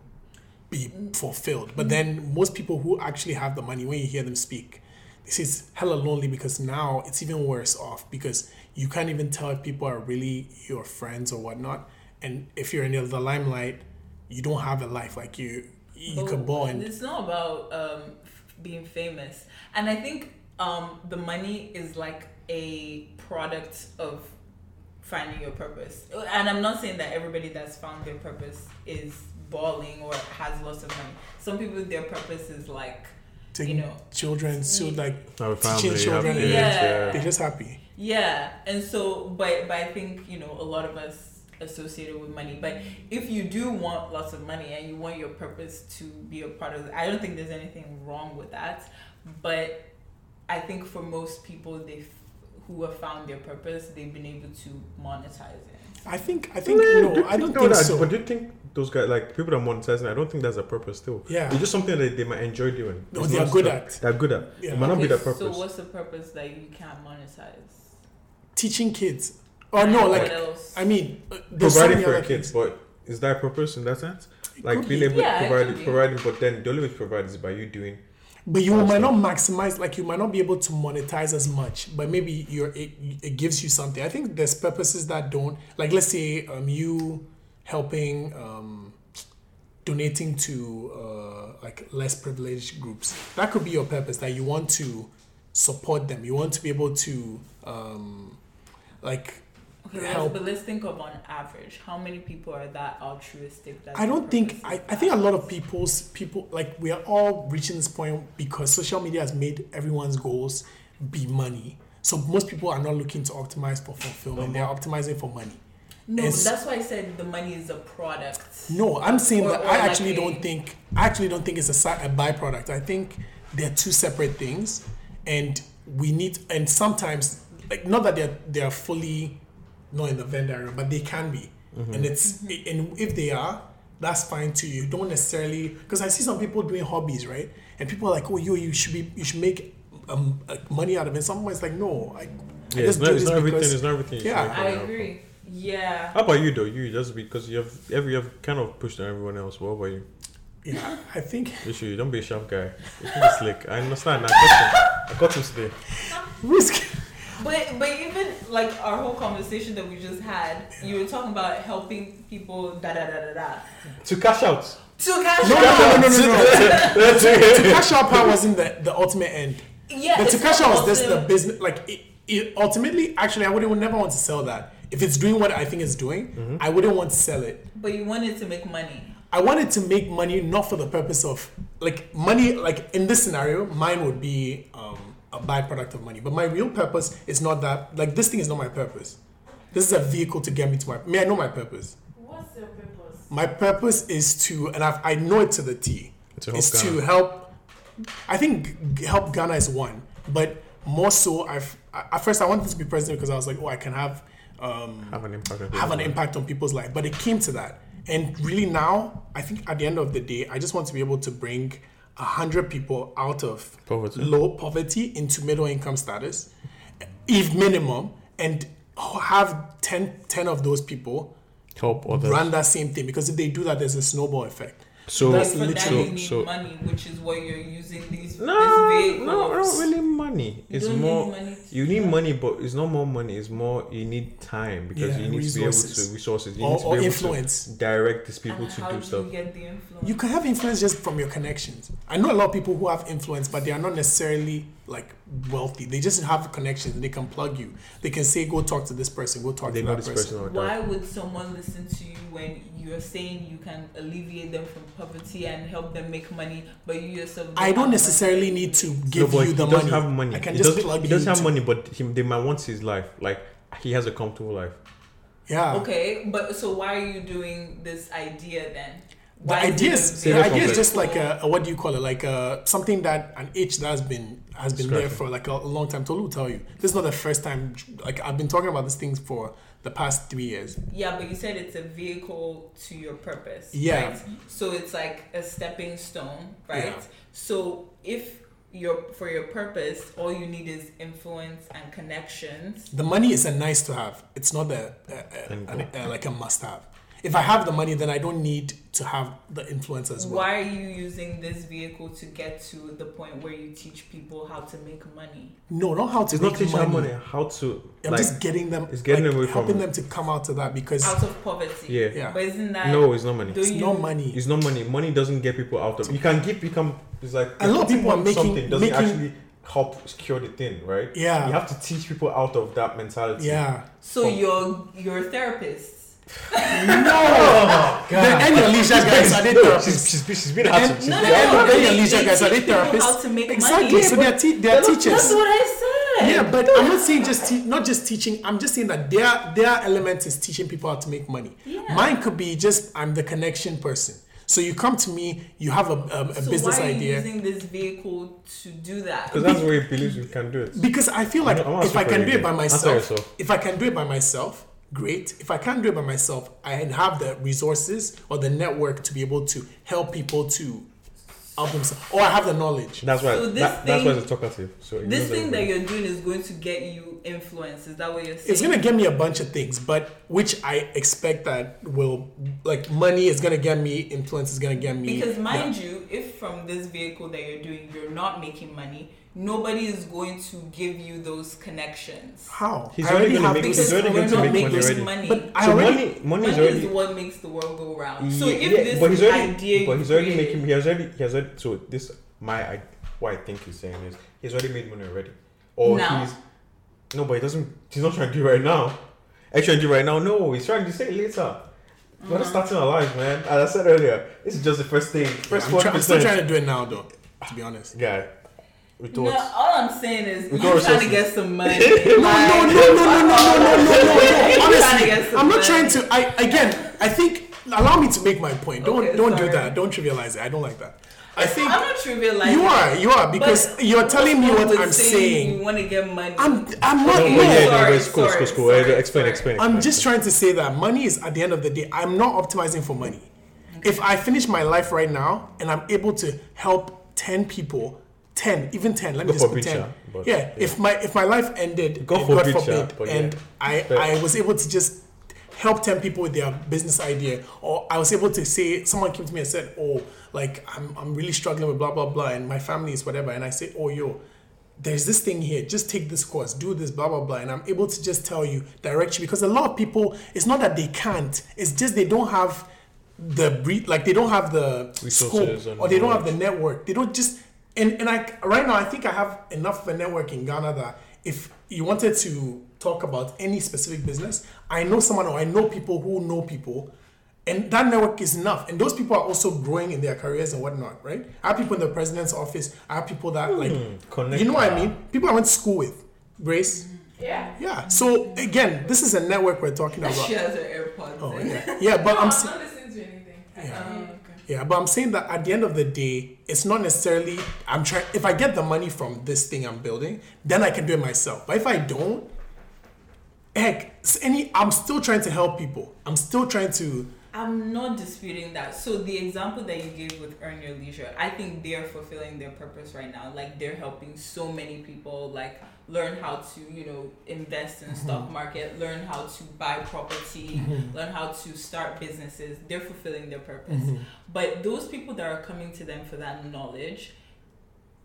[SPEAKER 3] be fulfilled. But then most people who actually have the money, when you hear them speak, this is hella lonely because now it's even worse off because you can't even tell if people are really your friends or whatnot. And if you're in the limelight, you don't have a life like you you
[SPEAKER 4] But
[SPEAKER 3] could ball and
[SPEAKER 4] Oh, It's not about um, f- being famous, and I think um, the money is like a product of finding your purpose. And I'm not saying that everybody that's found their purpose is balling or has lots of money. Some people their purpose is like
[SPEAKER 3] take
[SPEAKER 4] you know
[SPEAKER 3] children so like
[SPEAKER 2] Have a family,
[SPEAKER 3] Teaching
[SPEAKER 2] have
[SPEAKER 3] children.
[SPEAKER 2] kids,
[SPEAKER 4] Yeah.
[SPEAKER 3] they're just happy.
[SPEAKER 4] Yeah, and so, but but I think you know a lot of us associated with money. But if you do want lots of money and you want your purpose to be a part of, I don't think there's anything wrong with that. But I think for most people, they f- who have found their purpose, they've been able to monetize it.
[SPEAKER 3] I think I think no, I don't think
[SPEAKER 2] that,
[SPEAKER 3] so.
[SPEAKER 2] But do you think those guys, like people that monetize, it, I don't think that's a purpose still.
[SPEAKER 3] Yeah.
[SPEAKER 2] It's just something that they might enjoy doing.
[SPEAKER 3] No,
[SPEAKER 2] It's
[SPEAKER 3] they
[SPEAKER 2] not
[SPEAKER 3] are good
[SPEAKER 2] stuff-
[SPEAKER 3] at.
[SPEAKER 2] They're good at.
[SPEAKER 3] Yeah.
[SPEAKER 2] It might not be
[SPEAKER 4] Okay,
[SPEAKER 2] their purpose.
[SPEAKER 4] So what's the purpose that you can't monetize?
[SPEAKER 3] Teaching kids. Oh no,
[SPEAKER 4] What
[SPEAKER 3] like
[SPEAKER 4] else?
[SPEAKER 3] I mean, uh, there's so
[SPEAKER 2] providing
[SPEAKER 3] many
[SPEAKER 2] for your
[SPEAKER 3] other
[SPEAKER 2] kids,
[SPEAKER 3] things.
[SPEAKER 2] but is that a purpose in that sense? Like
[SPEAKER 3] could
[SPEAKER 2] being
[SPEAKER 3] be.
[SPEAKER 2] able
[SPEAKER 4] Yeah,
[SPEAKER 2] to
[SPEAKER 4] it could
[SPEAKER 2] provide,
[SPEAKER 4] be.
[SPEAKER 2] providing, but then the only way to provide is by you doing.
[SPEAKER 3] But you might not maximize, like you might not be able to monetize as much. But maybe you're it, it gives you something. I think there's purposes that don't, like let's say um you helping um donating to uh like less privileged groups. That could be your purpose that you want to support them. You want to be able to um like
[SPEAKER 4] Okay, let's-
[SPEAKER 3] help
[SPEAKER 4] but let's think of on average, how many people are that altruistic? That
[SPEAKER 3] I
[SPEAKER 4] their
[SPEAKER 3] don't think
[SPEAKER 4] purpose
[SPEAKER 3] I,
[SPEAKER 4] is
[SPEAKER 3] I think a
[SPEAKER 4] that?
[SPEAKER 3] lot of people's people like we are all reaching this point because social media has made everyone's goals be money. So most people are not looking to optimize for fulfillment; they're optimizing for money.
[SPEAKER 4] No,
[SPEAKER 3] It's-
[SPEAKER 4] that's why I said the money is a product.
[SPEAKER 3] No, I'm saying
[SPEAKER 4] Or-
[SPEAKER 3] that
[SPEAKER 4] or
[SPEAKER 3] I
[SPEAKER 4] like
[SPEAKER 3] actually
[SPEAKER 4] a-
[SPEAKER 3] don't think I actually don't think it's a, si- a byproduct. I think they're two separate things, and we need and sometimes like not that they're they're fully not in the Venn diagram, but they can be,
[SPEAKER 2] Mm-hmm.
[SPEAKER 3] and it's
[SPEAKER 4] Mm-hmm.
[SPEAKER 3] and if they are, that's fine too. You don't necessarily because I see some people doing hobbies right, and people are like, oh, you you should be you should make um, uh, money out of it. Someone's like, no, I. I
[SPEAKER 2] Yeah, it's
[SPEAKER 3] just
[SPEAKER 2] not,
[SPEAKER 3] do
[SPEAKER 2] it's
[SPEAKER 3] this
[SPEAKER 2] not everything.
[SPEAKER 3] because-
[SPEAKER 2] It's not everything. you should
[SPEAKER 3] Yeah.
[SPEAKER 2] make
[SPEAKER 4] I
[SPEAKER 2] money out of.
[SPEAKER 4] agree. Yeah.
[SPEAKER 2] How about you though? You just because you have every you have kind of pushed on everyone else. What about you?
[SPEAKER 3] yeah, I think
[SPEAKER 2] You should don't be a sharp guy. You should be slick. I understand. I caught him. I caught him today.
[SPEAKER 3] risk.
[SPEAKER 4] But but even like our whole conversation that we just had, you were talking about helping people da da da da da.
[SPEAKER 2] To cash out.
[SPEAKER 4] To cash
[SPEAKER 3] No, no,
[SPEAKER 4] out.
[SPEAKER 3] no, no, no, no.
[SPEAKER 2] That's it.
[SPEAKER 3] Cash out power wasn't the, the ultimate end.
[SPEAKER 4] Yeah.
[SPEAKER 3] But
[SPEAKER 4] it's
[SPEAKER 3] Takasha was just the
[SPEAKER 4] also-
[SPEAKER 3] business. Like, it, it ultimately, actually, I wouldn't would never want to sell that. If it's doing what I think it's doing, I wouldn't want to sell it.
[SPEAKER 4] But you wanted to make money.
[SPEAKER 3] I wanted to make money not for the purpose of like money. Like in this scenario, mine would be um, a byproduct of money. But my real purpose is not that. Like this thing is not my purpose. This is a vehicle to get me to my. May I know my purpose?
[SPEAKER 5] What's your purpose?
[SPEAKER 3] My purpose is to, and I've, I know it to the T,
[SPEAKER 2] To help
[SPEAKER 3] is to
[SPEAKER 2] Ghana.
[SPEAKER 3] help. I think g- help Ghana is one, but more so, I've I, at first I wanted to be president because I was like, oh, I can have um,
[SPEAKER 2] Have an impact. on
[SPEAKER 3] have an
[SPEAKER 2] everyone.
[SPEAKER 3] impact on people's life. But it came to that, and really now, I think at the end of the day, I just want to be able to bring a hundred people out of
[SPEAKER 2] Poverty.
[SPEAKER 3] low poverty into middle income status, if minimum, and have 10, 10 of those people
[SPEAKER 2] Help others.
[SPEAKER 3] run that same thing because if they do that, there's a snowball effect.
[SPEAKER 2] So
[SPEAKER 3] That's
[SPEAKER 4] For that
[SPEAKER 3] literally-
[SPEAKER 4] you need
[SPEAKER 2] so-
[SPEAKER 4] money, which is what you're using these
[SPEAKER 2] No,
[SPEAKER 4] these vehicles.
[SPEAKER 2] no, not really money.
[SPEAKER 4] You
[SPEAKER 2] It's
[SPEAKER 4] don't need
[SPEAKER 2] more
[SPEAKER 4] money to
[SPEAKER 2] you need money, but it's not more money. It's more you need time because
[SPEAKER 3] Yeah,
[SPEAKER 2] you need to be able
[SPEAKER 3] resources.
[SPEAKER 2] to resources. You
[SPEAKER 3] Or-
[SPEAKER 2] need to
[SPEAKER 3] or
[SPEAKER 2] be able
[SPEAKER 3] influence.
[SPEAKER 2] to direct these people
[SPEAKER 4] And
[SPEAKER 2] to
[SPEAKER 4] how
[SPEAKER 2] do
[SPEAKER 4] do
[SPEAKER 2] stuff.
[SPEAKER 4] you get the influence?
[SPEAKER 3] You can have influence just from your connections. I know a lot of people who have influence, but they are not necessarily like wealthy. They just have connections and they can plug you. They can say, go talk to this person, go talk
[SPEAKER 2] They
[SPEAKER 3] to
[SPEAKER 2] know
[SPEAKER 3] that
[SPEAKER 2] this
[SPEAKER 3] person.
[SPEAKER 2] person or
[SPEAKER 4] Why
[SPEAKER 3] uh,
[SPEAKER 2] that.
[SPEAKER 4] would someone listen to you when you're saying you can alleviate them from poverty and help them make money, but you yourself?
[SPEAKER 3] I
[SPEAKER 4] have
[SPEAKER 3] don't
[SPEAKER 4] money?
[SPEAKER 3] necessarily need to give
[SPEAKER 2] but
[SPEAKER 3] you the
[SPEAKER 2] he
[SPEAKER 3] money.
[SPEAKER 2] doesn't have money.
[SPEAKER 3] I can
[SPEAKER 2] he
[SPEAKER 3] just
[SPEAKER 2] doesn't,
[SPEAKER 3] plug
[SPEAKER 2] he
[SPEAKER 3] you
[SPEAKER 2] doesn't have
[SPEAKER 3] to-
[SPEAKER 2] money, but he, they might want his life. Like he has a comfortable life.
[SPEAKER 3] Yeah.
[SPEAKER 4] Okay, but so why are you doing this idea then?
[SPEAKER 3] The
[SPEAKER 4] Why is it
[SPEAKER 3] idea
[SPEAKER 4] a
[SPEAKER 3] is
[SPEAKER 2] Say
[SPEAKER 3] the
[SPEAKER 2] that
[SPEAKER 3] idea
[SPEAKER 2] complex.
[SPEAKER 3] is just like a, a- what do you call it? Like a, something that an itch that has been has been there
[SPEAKER 2] Scratching.
[SPEAKER 3] for like a, long time. Tolu will tell you this is not the first time. Like I've been talking about these things for the past three years.
[SPEAKER 4] Yeah, but you said it's a vehicle to your purpose.
[SPEAKER 3] Yeah.
[SPEAKER 4] Right? So it's like a stepping stone, right?
[SPEAKER 3] Yeah.
[SPEAKER 4] So if your for your purpose, all you need is influence and connections.
[SPEAKER 3] The money is a nice to have. It's not a, a,
[SPEAKER 2] End
[SPEAKER 3] a, a, a like a must have. If I have the money, then I don't need to have the influence as well.
[SPEAKER 4] Why are you using this vehicle to get to the point where you teach people how to make money?
[SPEAKER 3] No, not how to
[SPEAKER 2] It's
[SPEAKER 3] make
[SPEAKER 2] not teaching
[SPEAKER 3] money.
[SPEAKER 2] them money how to
[SPEAKER 3] I'm
[SPEAKER 2] like.
[SPEAKER 3] just getting them.
[SPEAKER 2] it's getting
[SPEAKER 3] like,
[SPEAKER 2] away from
[SPEAKER 3] helping
[SPEAKER 2] it.
[SPEAKER 3] them to come out of that because
[SPEAKER 4] Out of poverty.
[SPEAKER 2] Yeah.
[SPEAKER 3] Yeah.
[SPEAKER 4] But isn't that
[SPEAKER 2] no, it's not money.
[SPEAKER 4] do
[SPEAKER 3] it's
[SPEAKER 4] you-
[SPEAKER 3] not money.
[SPEAKER 2] It's not money. Money doesn't get people out of. You can give. You can. It's like
[SPEAKER 3] A lot of people are making-
[SPEAKER 2] something doesn't
[SPEAKER 3] making-
[SPEAKER 2] actually help secure the thing, right?
[SPEAKER 3] Yeah.
[SPEAKER 2] You have to teach people out of that mentality.
[SPEAKER 3] yeah.
[SPEAKER 4] So you're you're a therapist.
[SPEAKER 2] No.
[SPEAKER 3] Then end your leisure guys are they
[SPEAKER 2] no,
[SPEAKER 3] therapists?
[SPEAKER 2] she's, she's, been- she's been hard. to- She's
[SPEAKER 4] No,
[SPEAKER 2] been
[SPEAKER 4] no,
[SPEAKER 2] hard.
[SPEAKER 4] no.
[SPEAKER 3] Then your
[SPEAKER 4] they-
[SPEAKER 3] leisure
[SPEAKER 4] they
[SPEAKER 3] guys are they
[SPEAKER 4] teach people how
[SPEAKER 3] therapists?
[SPEAKER 4] to make
[SPEAKER 3] exactly.
[SPEAKER 4] money.
[SPEAKER 3] So they're te- they're teachers.
[SPEAKER 4] That's what I said.
[SPEAKER 3] Yeah, but I'm not saying just te- not just teaching. I'm just saying that their their element is teaching people how to make money.
[SPEAKER 4] Yeah.
[SPEAKER 3] Mine could be just I'm the connection person. So you come to me, you have a, um, a, a
[SPEAKER 4] so
[SPEAKER 3] business
[SPEAKER 4] why are you
[SPEAKER 3] idea
[SPEAKER 4] using this vehicle to do that?
[SPEAKER 2] Because that's where he believes we can do it.
[SPEAKER 3] because I feel like
[SPEAKER 2] I'm not
[SPEAKER 3] if I
[SPEAKER 2] super
[SPEAKER 3] can do it
[SPEAKER 2] against-
[SPEAKER 3] by
[SPEAKER 2] answer
[SPEAKER 3] myself,
[SPEAKER 2] yourself.
[SPEAKER 3] if I can do it by myself, great. If I can't do it by myself, I have the resources or the network to be able to help people to help themselves, or I have the knowledge.
[SPEAKER 2] That's why.
[SPEAKER 4] So this
[SPEAKER 2] that, that's why
[SPEAKER 4] thing-
[SPEAKER 2] it's talkative. So it
[SPEAKER 4] This
[SPEAKER 2] knows
[SPEAKER 4] thing that
[SPEAKER 2] everything.
[SPEAKER 4] you're doing is going to get you influence. Is that what you're saying?
[SPEAKER 3] It's gonna give me a bunch of things, but which I expect that will like money is gonna get me, influence is gonna get me.
[SPEAKER 4] Because
[SPEAKER 3] Yeah.
[SPEAKER 4] mind you, if from this vehicle that you're doing, you're not making money, nobody is going to give you those connections.
[SPEAKER 3] how
[SPEAKER 2] He's
[SPEAKER 3] I
[SPEAKER 2] already gonna
[SPEAKER 3] have
[SPEAKER 2] make-
[SPEAKER 3] things-
[SPEAKER 2] he's already
[SPEAKER 4] we're
[SPEAKER 2] going to
[SPEAKER 4] not
[SPEAKER 2] make money
[SPEAKER 4] making
[SPEAKER 2] already.
[SPEAKER 4] money.
[SPEAKER 3] But I
[SPEAKER 2] So
[SPEAKER 3] already
[SPEAKER 2] money, money
[SPEAKER 4] money
[SPEAKER 2] is already.
[SPEAKER 4] is what makes the world go round. So
[SPEAKER 2] Yeah,
[SPEAKER 4] if
[SPEAKER 2] yeah,
[SPEAKER 4] this
[SPEAKER 2] but he's already,
[SPEAKER 4] idea,
[SPEAKER 2] but
[SPEAKER 4] you
[SPEAKER 2] he's already
[SPEAKER 4] created-
[SPEAKER 2] making. He has already. He has already. So this, my, I, what I think he's saying is, he's already made money already, or
[SPEAKER 4] Now.
[SPEAKER 2] he's. No, but he doesn't. He's not trying to do it right now. Actually, do it right now. No, he's trying to say it later. We're
[SPEAKER 4] Mm.
[SPEAKER 2] not starting our life, man. As I said earlier, this is just the first thing. First
[SPEAKER 3] I'm,
[SPEAKER 2] one
[SPEAKER 3] try- I'm still trying
[SPEAKER 2] percent.
[SPEAKER 3] to do it now, though. To be honest.
[SPEAKER 2] Guy, with
[SPEAKER 4] No,
[SPEAKER 2] thoughts.
[SPEAKER 4] all I'm saying is
[SPEAKER 2] With
[SPEAKER 4] you're
[SPEAKER 2] all
[SPEAKER 4] trying to
[SPEAKER 2] resources.
[SPEAKER 4] get some money.
[SPEAKER 3] No, no, no, no, no, no, no, no, no, no, no. Honestly, I'm not trying
[SPEAKER 4] to.
[SPEAKER 3] to. I again, I think. Allow me to make my point. Don't
[SPEAKER 4] Okay,
[SPEAKER 3] don't do
[SPEAKER 4] sorry.
[SPEAKER 3] that. Don't trivialize it. I don't like that. I think
[SPEAKER 4] I'm not trivializing.
[SPEAKER 3] you are. You are
[SPEAKER 4] but
[SPEAKER 3] because you're telling me
[SPEAKER 4] what's
[SPEAKER 3] what
[SPEAKER 4] wrong
[SPEAKER 3] I'm
[SPEAKER 4] with
[SPEAKER 3] saying.
[SPEAKER 4] You want to get money.
[SPEAKER 3] I'm I'm not.
[SPEAKER 2] No,
[SPEAKER 4] Okay,
[SPEAKER 2] but yeah,
[SPEAKER 3] no.
[SPEAKER 2] no, but it's
[SPEAKER 4] sorry,
[SPEAKER 2] cool, it's cool,
[SPEAKER 4] sorry,
[SPEAKER 2] it's cool. Yeah,
[SPEAKER 4] sorry,
[SPEAKER 2] Explain,
[SPEAKER 4] sorry.
[SPEAKER 2] explain.
[SPEAKER 3] I'm
[SPEAKER 2] explain.
[SPEAKER 3] just trying to say that money is at the end of the day. I'm not optimizing for money. If I finish my life right now and I'm able to help ten people, ten, even ten, let me
[SPEAKER 2] God
[SPEAKER 3] just put
[SPEAKER 2] forbid,
[SPEAKER 3] ten.
[SPEAKER 2] yeah, but-
[SPEAKER 3] yeah, if my if my life ended,
[SPEAKER 2] God
[SPEAKER 3] God
[SPEAKER 2] forbid,
[SPEAKER 3] forbid,
[SPEAKER 2] yeah, but
[SPEAKER 3] and
[SPEAKER 2] yeah.
[SPEAKER 3] I
[SPEAKER 2] Fair.
[SPEAKER 3] I was able to just help ten people with their business idea, or I was able to say someone came to me and said, oh, like I'm I'm really struggling with blah blah blah, and my family is whatever, and I say, oh yo, there's this thing here just take this course do this blah blah blah and i'm able to just tell you directly because a lot of people it's not that they can't it's just they don't have the breed like they don't have the
[SPEAKER 2] Resources
[SPEAKER 3] scope
[SPEAKER 2] and
[SPEAKER 3] or they don't have the
[SPEAKER 2] knowledge.
[SPEAKER 3] network they don't just and and i right now i think i have enough of a network in ghana that if you wanted to talk about any specific business i know someone or i know people who know people and that network is enough and those people are also growing in their careers and whatnot right i have people in the president's office i have people that like
[SPEAKER 2] Connect.
[SPEAKER 3] you know what I mean? People I went to school with. Grace.
[SPEAKER 5] Yeah.
[SPEAKER 3] Yeah. So again, this is a network we're talking
[SPEAKER 4] She
[SPEAKER 3] about.
[SPEAKER 4] has her AirPods.
[SPEAKER 3] Oh
[SPEAKER 4] in.
[SPEAKER 3] yeah. Yeah, but
[SPEAKER 5] no,
[SPEAKER 3] I'm
[SPEAKER 5] I'm
[SPEAKER 3] s-
[SPEAKER 5] not listening to anything.
[SPEAKER 4] Oh,
[SPEAKER 5] Yeah.
[SPEAKER 4] okay.
[SPEAKER 3] yeah, but I'm saying that at the end of the day, it's not necessarily I'm trying if I get the money from this thing I'm building, then I can do it myself. But if I don't, heck, s- any I'm still trying to help people. I'm still trying to
[SPEAKER 4] I'm not disputing that. So the example that you gave with Earn Your Leisure, I think they're fulfilling their purpose right now. Like they're helping so many people like learn how to, you know, invest in stock market, learn how to buy property, learn how to start businesses. They're fulfilling their purpose. But those people that are coming to them for that knowledge,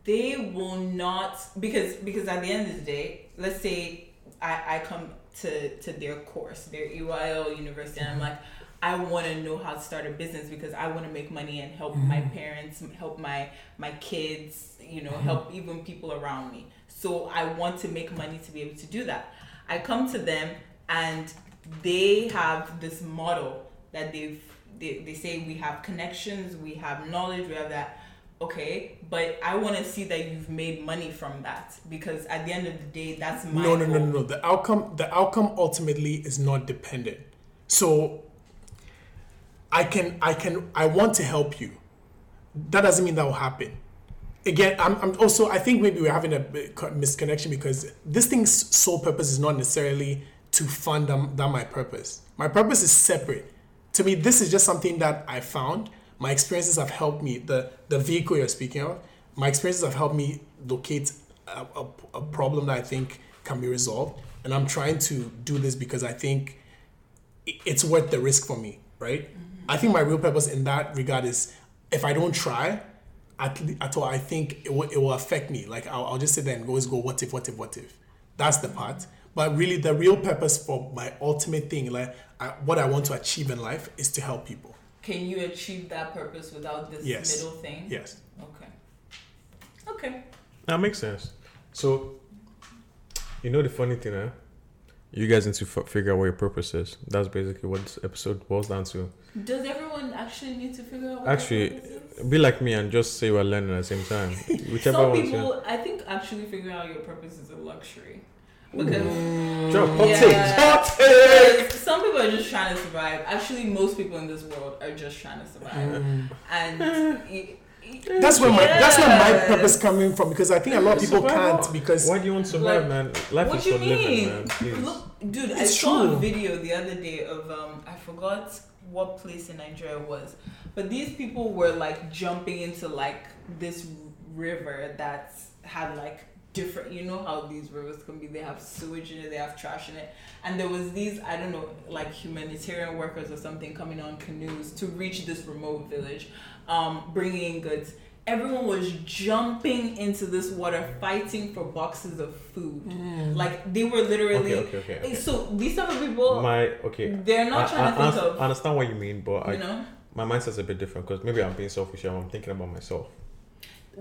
[SPEAKER 4] they will not because because at the end of the day, let's say I, I come to to their course, their EYL university, and I'm
[SPEAKER 3] Mm-hmm.
[SPEAKER 4] like, I want to know how to start a business because I want to make money and help my
[SPEAKER 3] Mm-hmm.
[SPEAKER 4] parents, help my my kids, you know, help even people around me. So I want to make money to be able to do that. I come to them and they have this model that they've they, they say we have connections, we have knowledge, we have that. Okay, but I want to see that you've made money from that because at the end of the day, that's my
[SPEAKER 3] no, no, no,
[SPEAKER 4] goal.
[SPEAKER 3] no, no. The outcome, the outcome ultimately is not dependent. So I can, I can, I want to help you. That doesn't mean that will happen. Again, I'm, I'm also, I think maybe we're having a bit co- misconnection because this thing's sole purpose is not necessarily to fund them, that my purpose. My purpose is separate. To me, this is just something that I found. My experiences have helped me. The the vehicle you're speaking of, my experiences have helped me locate a, a, a problem that I think can be resolved. And I'm trying to do this because I think i- it's worth the risk for me, right? I think my real purpose in that regard is if I don't try at, le- at all, I think it will, it will affect me. Like I'll, I'll just sit there and always go, what if, what if, what if? That's the part. But really, the real purpose for my ultimate thing, like I, what I want to achieve in life, is to help people.
[SPEAKER 4] Can you achieve that purpose without this
[SPEAKER 3] Yes.
[SPEAKER 4] middle thing?
[SPEAKER 3] Yes.
[SPEAKER 4] Okay. Okay.
[SPEAKER 2] That makes sense. So, you know the funny thing, eh? You guys need to f- figure out what your purpose is. That's basically what this episode boils down to.
[SPEAKER 4] Does everyone actually need to figure out? What their
[SPEAKER 2] Actually,
[SPEAKER 4] purpose is?
[SPEAKER 2] be like me and just say we're learning at the same time. Whichever
[SPEAKER 4] some
[SPEAKER 2] one's
[SPEAKER 4] people, I think, actually figuring out your purpose is a luxury because.
[SPEAKER 2] you. Drop hot
[SPEAKER 4] Mm, Yeah.
[SPEAKER 2] takes. Hot takes.
[SPEAKER 4] Because some people are just trying to survive. Actually, most people in this world are just trying to
[SPEAKER 2] Mm.
[SPEAKER 4] survive. And y- y-
[SPEAKER 3] That's where my that's where my
[SPEAKER 4] Yes.
[SPEAKER 3] purpose coming from because I think a lot of people
[SPEAKER 2] Survival.
[SPEAKER 3] can't because
[SPEAKER 2] Why do you want to survive,
[SPEAKER 4] Like,
[SPEAKER 2] man? Life
[SPEAKER 4] what
[SPEAKER 2] is
[SPEAKER 4] you
[SPEAKER 2] for living,
[SPEAKER 4] mean?
[SPEAKER 2] man. Please.
[SPEAKER 4] Look, Dude, I
[SPEAKER 3] It's
[SPEAKER 4] saw
[SPEAKER 3] true.
[SPEAKER 4] a video the other day of um I forgot what place in Nigeria it was, but these people were like jumping into like this river that had like different you know how these rivers can be they have sewage in it they have trash in it and there was these i don't know like humanitarian workers or something coming on canoes to reach this remote village um bringing in goods everyone was jumping into this water fighting for boxes of food like they were literally
[SPEAKER 2] Okay, okay, okay. okay.
[SPEAKER 4] so these type of people,
[SPEAKER 2] My okay.
[SPEAKER 4] they're not
[SPEAKER 2] I,
[SPEAKER 4] trying
[SPEAKER 2] I- I
[SPEAKER 4] to think
[SPEAKER 2] underst- I understand what you mean, but
[SPEAKER 4] of,
[SPEAKER 2] I,
[SPEAKER 4] you know,
[SPEAKER 2] my mindset's a bit different because maybe I'm being selfish here. I'm thinking about myself.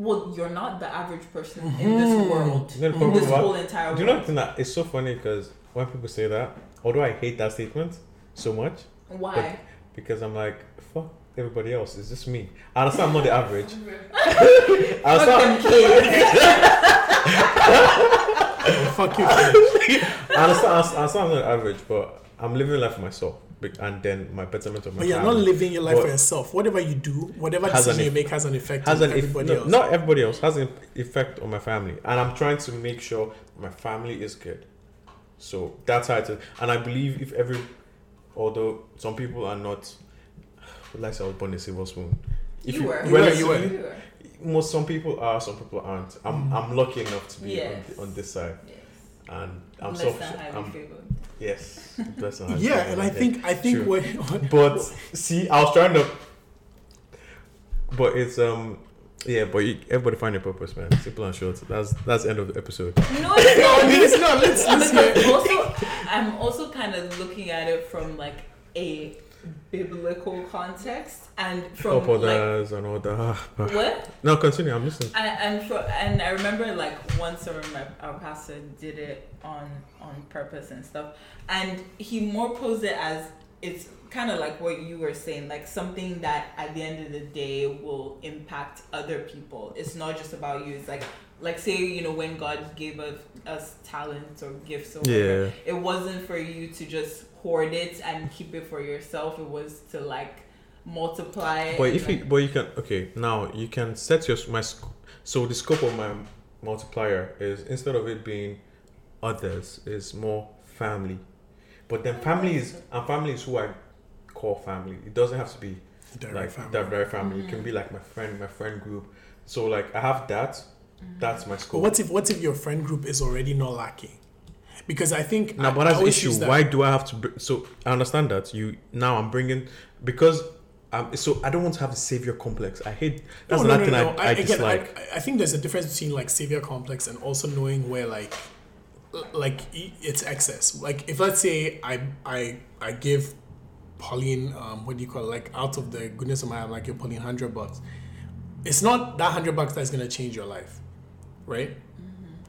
[SPEAKER 4] well, you're not the average person in this world,
[SPEAKER 2] You know the
[SPEAKER 4] in
[SPEAKER 2] problem
[SPEAKER 4] this
[SPEAKER 2] about-
[SPEAKER 4] whole entire
[SPEAKER 2] Do you know
[SPEAKER 4] world.
[SPEAKER 2] the thing that it's so funny because when people say that, although I hate that statement so much,
[SPEAKER 4] Why?
[SPEAKER 2] because I'm like, fuck everybody else, it's just me. I understand I'm not the average. I
[SPEAKER 4] Fuck them
[SPEAKER 2] understand,
[SPEAKER 4] kids.
[SPEAKER 3] Oh, fuck you, French.
[SPEAKER 2] I understand, I understand I'm not the average, but I'm living life for myself be- and then my betterment of my
[SPEAKER 3] But you're not
[SPEAKER 2] family
[SPEAKER 3] living your life
[SPEAKER 2] But-
[SPEAKER 3] for yourself. Whatever you do, whatever
[SPEAKER 2] Has an
[SPEAKER 3] decision you
[SPEAKER 2] eff-
[SPEAKER 3] make has an effect
[SPEAKER 2] has
[SPEAKER 3] on
[SPEAKER 2] an eff-
[SPEAKER 3] everybody
[SPEAKER 2] no,
[SPEAKER 3] else.
[SPEAKER 2] not everybody else has an effect on my family and i'm trying to make sure my family is good so that's how it is and i believe if every although some people are not like i was born a silver spoon if
[SPEAKER 4] You were.
[SPEAKER 3] You were, you
[SPEAKER 2] relatively-
[SPEAKER 4] You were.
[SPEAKER 2] most some people are some people aren't i'm i'm lucky enough to be
[SPEAKER 4] Yes.
[SPEAKER 2] on, on this side
[SPEAKER 4] Yes.
[SPEAKER 2] and i'm
[SPEAKER 4] Less
[SPEAKER 2] selfish
[SPEAKER 4] than highly
[SPEAKER 2] I'm-
[SPEAKER 4] favored.
[SPEAKER 2] yes blessed and highly
[SPEAKER 3] Yeah,
[SPEAKER 2] favored,
[SPEAKER 3] and I think I think
[SPEAKER 2] True.
[SPEAKER 3] what
[SPEAKER 2] but see, I was trying to. But it's um, yeah. But you, everybody find their purpose, man. Simple and short. That's that's the end of the episode.
[SPEAKER 4] No, it's not.
[SPEAKER 3] no, it's Oh, not. Let's let's hear.
[SPEAKER 4] Because also, I'm also kind of looking at it from like a biblical context and from
[SPEAKER 2] Up
[SPEAKER 4] like
[SPEAKER 2] others and all that.
[SPEAKER 4] what
[SPEAKER 2] No, continue. I'm listening.
[SPEAKER 4] And and for and I remember like once our my- our pastor did it on on purpose and stuff, and he more posed it as it's kind of like what you were saying, like something that at the end of the day will impact other people. It's not just about you. It's like like say you know when God gave us, us talents or gifts or whatever,
[SPEAKER 2] Yeah,
[SPEAKER 4] it wasn't for you to just hoard it and keep it for yourself. It was to like multiply. it
[SPEAKER 2] but
[SPEAKER 4] and,
[SPEAKER 2] if you
[SPEAKER 4] like-
[SPEAKER 2] but you can okay now you can set your my sc- so the scope of my multiplier is instead of it being others is more family, but then family is and family is who I call family. It doesn't have to be like
[SPEAKER 3] Direct family.
[SPEAKER 2] that very family. You can be like my friend, my friend group. So like I have that. That's my
[SPEAKER 3] But
[SPEAKER 2] scope.
[SPEAKER 3] what if what if your friend group is already not lacking? Because I think
[SPEAKER 2] now,
[SPEAKER 3] I-
[SPEAKER 2] but
[SPEAKER 3] I
[SPEAKER 2] that's the
[SPEAKER 3] always
[SPEAKER 2] issue.
[SPEAKER 3] use that.
[SPEAKER 2] Why do I have to? Br- so I understand that you now I'm bringing because um. So I don't want to have a savior complex. I hate. That's another thing I, I,
[SPEAKER 3] again, I-
[SPEAKER 2] dislike.
[SPEAKER 3] I, I think there's a difference between like savior complex and also knowing where like l- like i- it's excess. Like if let's say I I I give Pauline um what do you call it? like out of the goodness of my heart, like give Pauline hundred bucks. It's not that hundred bucks that's gonna change your life, right?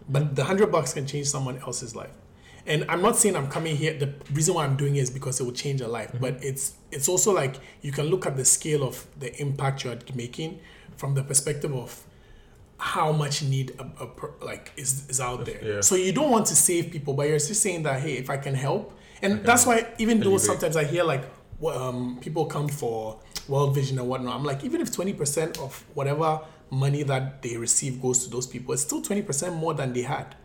[SPEAKER 3] But the hundred bucks can change someone else's life. And I'm not saying I'm coming here. The reason why I'm doing it is because it will change a life. But it's it's also like you can look at the scale of the impact you're making from the perspective of how much need a, a per, like is is out there.
[SPEAKER 2] yeah.
[SPEAKER 3] So you don't want to save people, but you're still saying that hey, if I can help, and that's why even though
[SPEAKER 2] Alleviate.
[SPEAKER 3] sometimes I hear like wh- um, people come for World Vision and whatnot, I'm like even if twenty percent of whatever money that they receive goes to those people, it's still twenty percent more than they had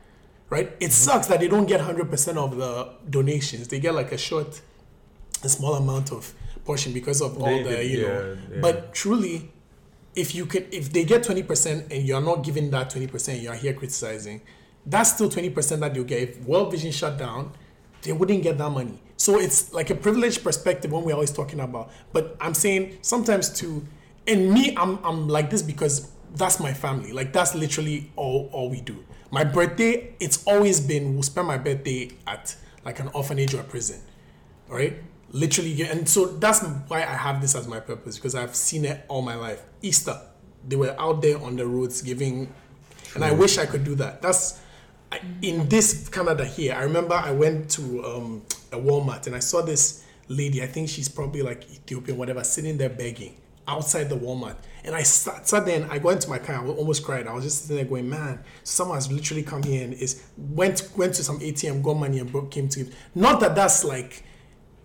[SPEAKER 3] right?
[SPEAKER 2] Mm-hmm.
[SPEAKER 3] It sucks that they don't get 100% of the donations. They get like a short, a small amount of portion because of all
[SPEAKER 2] They-
[SPEAKER 3] the,
[SPEAKER 2] they-
[SPEAKER 3] you know.
[SPEAKER 2] yeah, yeah.
[SPEAKER 3] But truly, if you could, if they get 20% and you're not giving that 20%, you're here criticizing, that's still 20% that you get. If World Vision shut down, they wouldn't get that money. So it's like a privileged perspective when we're always talking about. But I'm saying sometimes to, and me, I'm, I'm like this because that's my family. Like that's literally all all we do. My birthday, it's always been we'll spend my birthday at like an orphanage or a prison. All right? Literally, yeah, and so that's why I have this as my purpose because I've seen it all my life. Easter, they were out there on the roads giving, and I wish I could do that. That's I, in this Canada here. I remember I went to um, a Walmart and I saw this lady. I think she's probably like Ethiopian, whatever, sitting there begging outside the Walmart. And I sat, sat there and I got into my car. I almost cried. I was just sitting there going, man, someone has literally come here and is went went to some ATM, got money, and brought, came to it. Not that that's like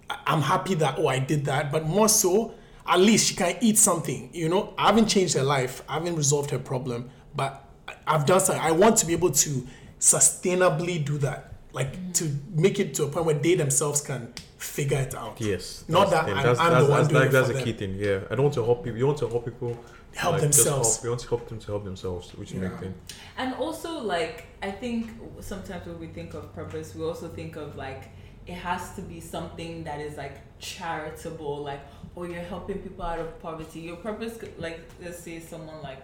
[SPEAKER 3] I- I'm happy that oh I did that, but more so, at least she can eat something. You know, I haven't changed her life, I haven't resolved her problem, but I- I've done something. I want to be able to sustainably do that. like to make it to a point where they themselves can figure it out.
[SPEAKER 2] Yes.
[SPEAKER 3] Not
[SPEAKER 2] that's
[SPEAKER 3] that
[SPEAKER 2] the thing.
[SPEAKER 3] I'm-
[SPEAKER 2] that's,
[SPEAKER 3] I'm
[SPEAKER 2] that's,
[SPEAKER 3] the one
[SPEAKER 2] that's,
[SPEAKER 3] doing
[SPEAKER 2] like-
[SPEAKER 3] it
[SPEAKER 2] that's
[SPEAKER 3] for
[SPEAKER 2] the key thing. Yeah, I don't want to help people. You want to help people
[SPEAKER 3] Help
[SPEAKER 2] like, just
[SPEAKER 3] themselves.
[SPEAKER 2] Help. You want to help them to help themselves, which you
[SPEAKER 3] Yeah.
[SPEAKER 2] make them.
[SPEAKER 4] And also, like, I think sometimes when we think of purpose, we also think of like it has to be something that is like charitable, like, oh, you're helping people out of poverty. Your purpose, could- like, let's say someone like,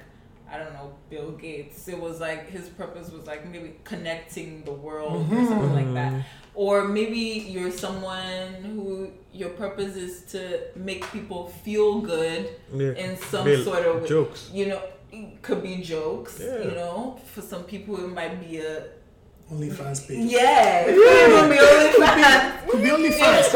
[SPEAKER 4] I don't know, Bill Gates. It was like his purpose was like maybe connecting the world or something like that. Or maybe you're someone who your purpose is to make people feel good
[SPEAKER 2] Mm. Yeah.
[SPEAKER 4] in some
[SPEAKER 2] Bill,
[SPEAKER 4] sort of way
[SPEAKER 2] jokes.
[SPEAKER 4] you know, it could be jokes. You
[SPEAKER 2] Yeah.
[SPEAKER 4] know, for some people it might be a
[SPEAKER 3] Only fans page.
[SPEAKER 4] yeah, it could be OnlyFans.
[SPEAKER 3] Could be only fans.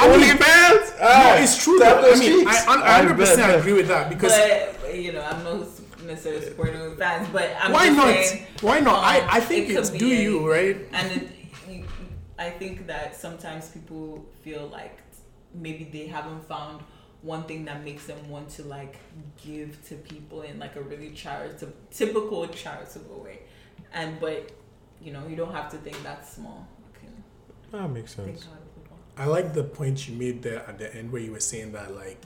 [SPEAKER 3] I mean,
[SPEAKER 2] fans.
[SPEAKER 3] no, it's true. Though. I mean, I, I, I 100% agree with that because
[SPEAKER 4] But you know, I'm not necessarily supporting OnlyFans, but I'm
[SPEAKER 3] why
[SPEAKER 4] just
[SPEAKER 3] not?
[SPEAKER 4] saying-
[SPEAKER 3] Why not?
[SPEAKER 4] um,
[SPEAKER 3] I, I think
[SPEAKER 4] it could
[SPEAKER 3] it's
[SPEAKER 4] be
[SPEAKER 3] do
[SPEAKER 4] any-
[SPEAKER 3] you right.
[SPEAKER 4] and it, you- I think that sometimes people feel like maybe they haven't found one thing that makes them want to like give to people in like a really charitable, typical charitable way, and but you know you don't have to think that's small. You can
[SPEAKER 2] That Ah, makes
[SPEAKER 4] think
[SPEAKER 2] sense.
[SPEAKER 4] out of the
[SPEAKER 2] Oh,
[SPEAKER 4] box.
[SPEAKER 3] I like the point you made there at the end where you were saying that like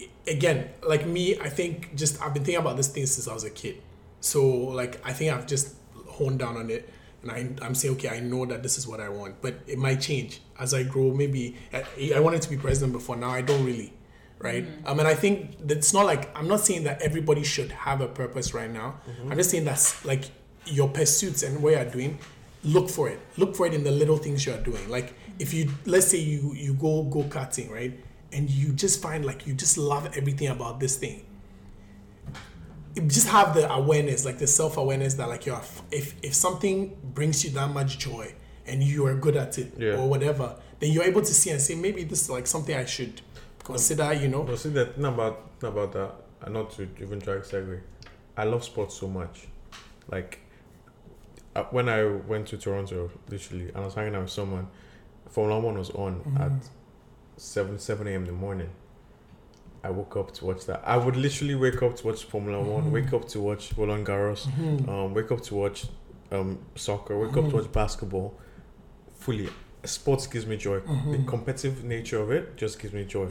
[SPEAKER 3] i- again, like me, I think just I've been thinking about this thing since I was a kid. So like I think I've just honed down on it and I, I'm saying okay, I know that this is what I want, but it might change as I grow. Maybe I, I wanted to be president before now I don't really. Right. I mean, I think that's not like I'm not saying that everybody should have a purpose right now. I'm just saying that's like your pursuits and what you're doing look for it look for it in the little things you're doing like if you let's say you you go go karting right and you just find like you just love everything about this thing you just have the awareness like the self-awareness that like you're f- if if something brings you that much joy and you are good at it
[SPEAKER 2] Yeah.
[SPEAKER 3] or whatever then you're able to see and say maybe this is like something i should consider you know
[SPEAKER 2] But see that thing about thing about that, and not to even try to segue. I love sports so much. Like uh, when I went to Toronto, literally, and I was hanging out with someone. Formula One was on at seven seven a.m. in the morning. I woke up to watch that. I would literally wake up to watch Formula One. Wake up to watch Roland Garros. Um, wake up to watch um, soccer. Wake
[SPEAKER 3] Mm-hmm.
[SPEAKER 2] up to watch basketball. Fully, sports gives me joy.
[SPEAKER 3] Mm-hmm.
[SPEAKER 2] The competitive nature of it just gives me joy.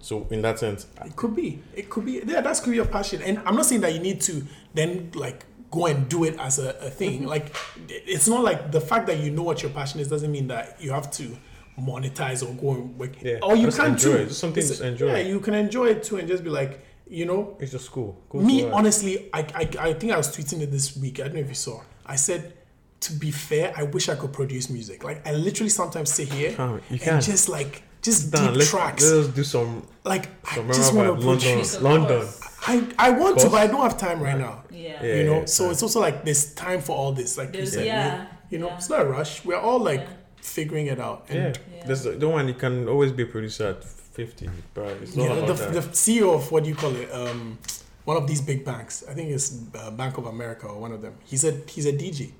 [SPEAKER 2] So in that sense, I-
[SPEAKER 3] It could be. It could be. Yeah, that's could be your passion. And I'm not saying that you need to then like go and do it as a, a thing.
[SPEAKER 2] Mm-hmm.
[SPEAKER 3] Like it's not like the fact that you know what your passion is doesn't mean that you have to monetize or go and work.
[SPEAKER 2] Yeah,
[SPEAKER 3] or you
[SPEAKER 2] just
[SPEAKER 3] can
[SPEAKER 2] enjoy
[SPEAKER 3] too.
[SPEAKER 2] it. Just something
[SPEAKER 3] It's-
[SPEAKER 2] to enjoy.
[SPEAKER 3] Yeah, you can enjoy it too and just be like, you know,
[SPEAKER 2] it's just cool. Go
[SPEAKER 3] me
[SPEAKER 2] to work.
[SPEAKER 3] honestly, I, I I think I was tweeting it this week. I don't know if you saw. I said to be fair, I wish I could produce music. Like I literally sometimes sit here
[SPEAKER 2] Can't- you
[SPEAKER 3] and
[SPEAKER 2] can't.
[SPEAKER 3] just like just
[SPEAKER 2] Dan,
[SPEAKER 3] deep
[SPEAKER 2] let's,
[SPEAKER 3] tracks.
[SPEAKER 2] let us do some
[SPEAKER 3] like
[SPEAKER 2] some
[SPEAKER 3] I just want
[SPEAKER 2] memorable
[SPEAKER 3] to
[SPEAKER 2] London,
[SPEAKER 3] produce.
[SPEAKER 4] Of
[SPEAKER 2] London.
[SPEAKER 4] course.
[SPEAKER 3] I, I want to,
[SPEAKER 2] Course.
[SPEAKER 3] but I don't have time right now.
[SPEAKER 4] Yeah.
[SPEAKER 2] Yeah.
[SPEAKER 3] You know, so
[SPEAKER 2] yeah.
[SPEAKER 3] it's also like there's time for all this. Like you
[SPEAKER 4] There's-
[SPEAKER 3] said, you-
[SPEAKER 4] yeah,
[SPEAKER 3] you, know,
[SPEAKER 4] yeah.
[SPEAKER 3] it's not a rush. We're all like
[SPEAKER 4] Yeah.
[SPEAKER 3] figuring it out.
[SPEAKER 2] Yeah,
[SPEAKER 3] And
[SPEAKER 4] Yeah.
[SPEAKER 2] there's don't worry, you can always be a producer at fifty, but it's not
[SPEAKER 3] you know,
[SPEAKER 2] about
[SPEAKER 3] the,
[SPEAKER 2] that.
[SPEAKER 3] the CEO of what do you call it? Um, one of these big banks. I think it's uh, Bank of America or one of them. He's a he's a DJ.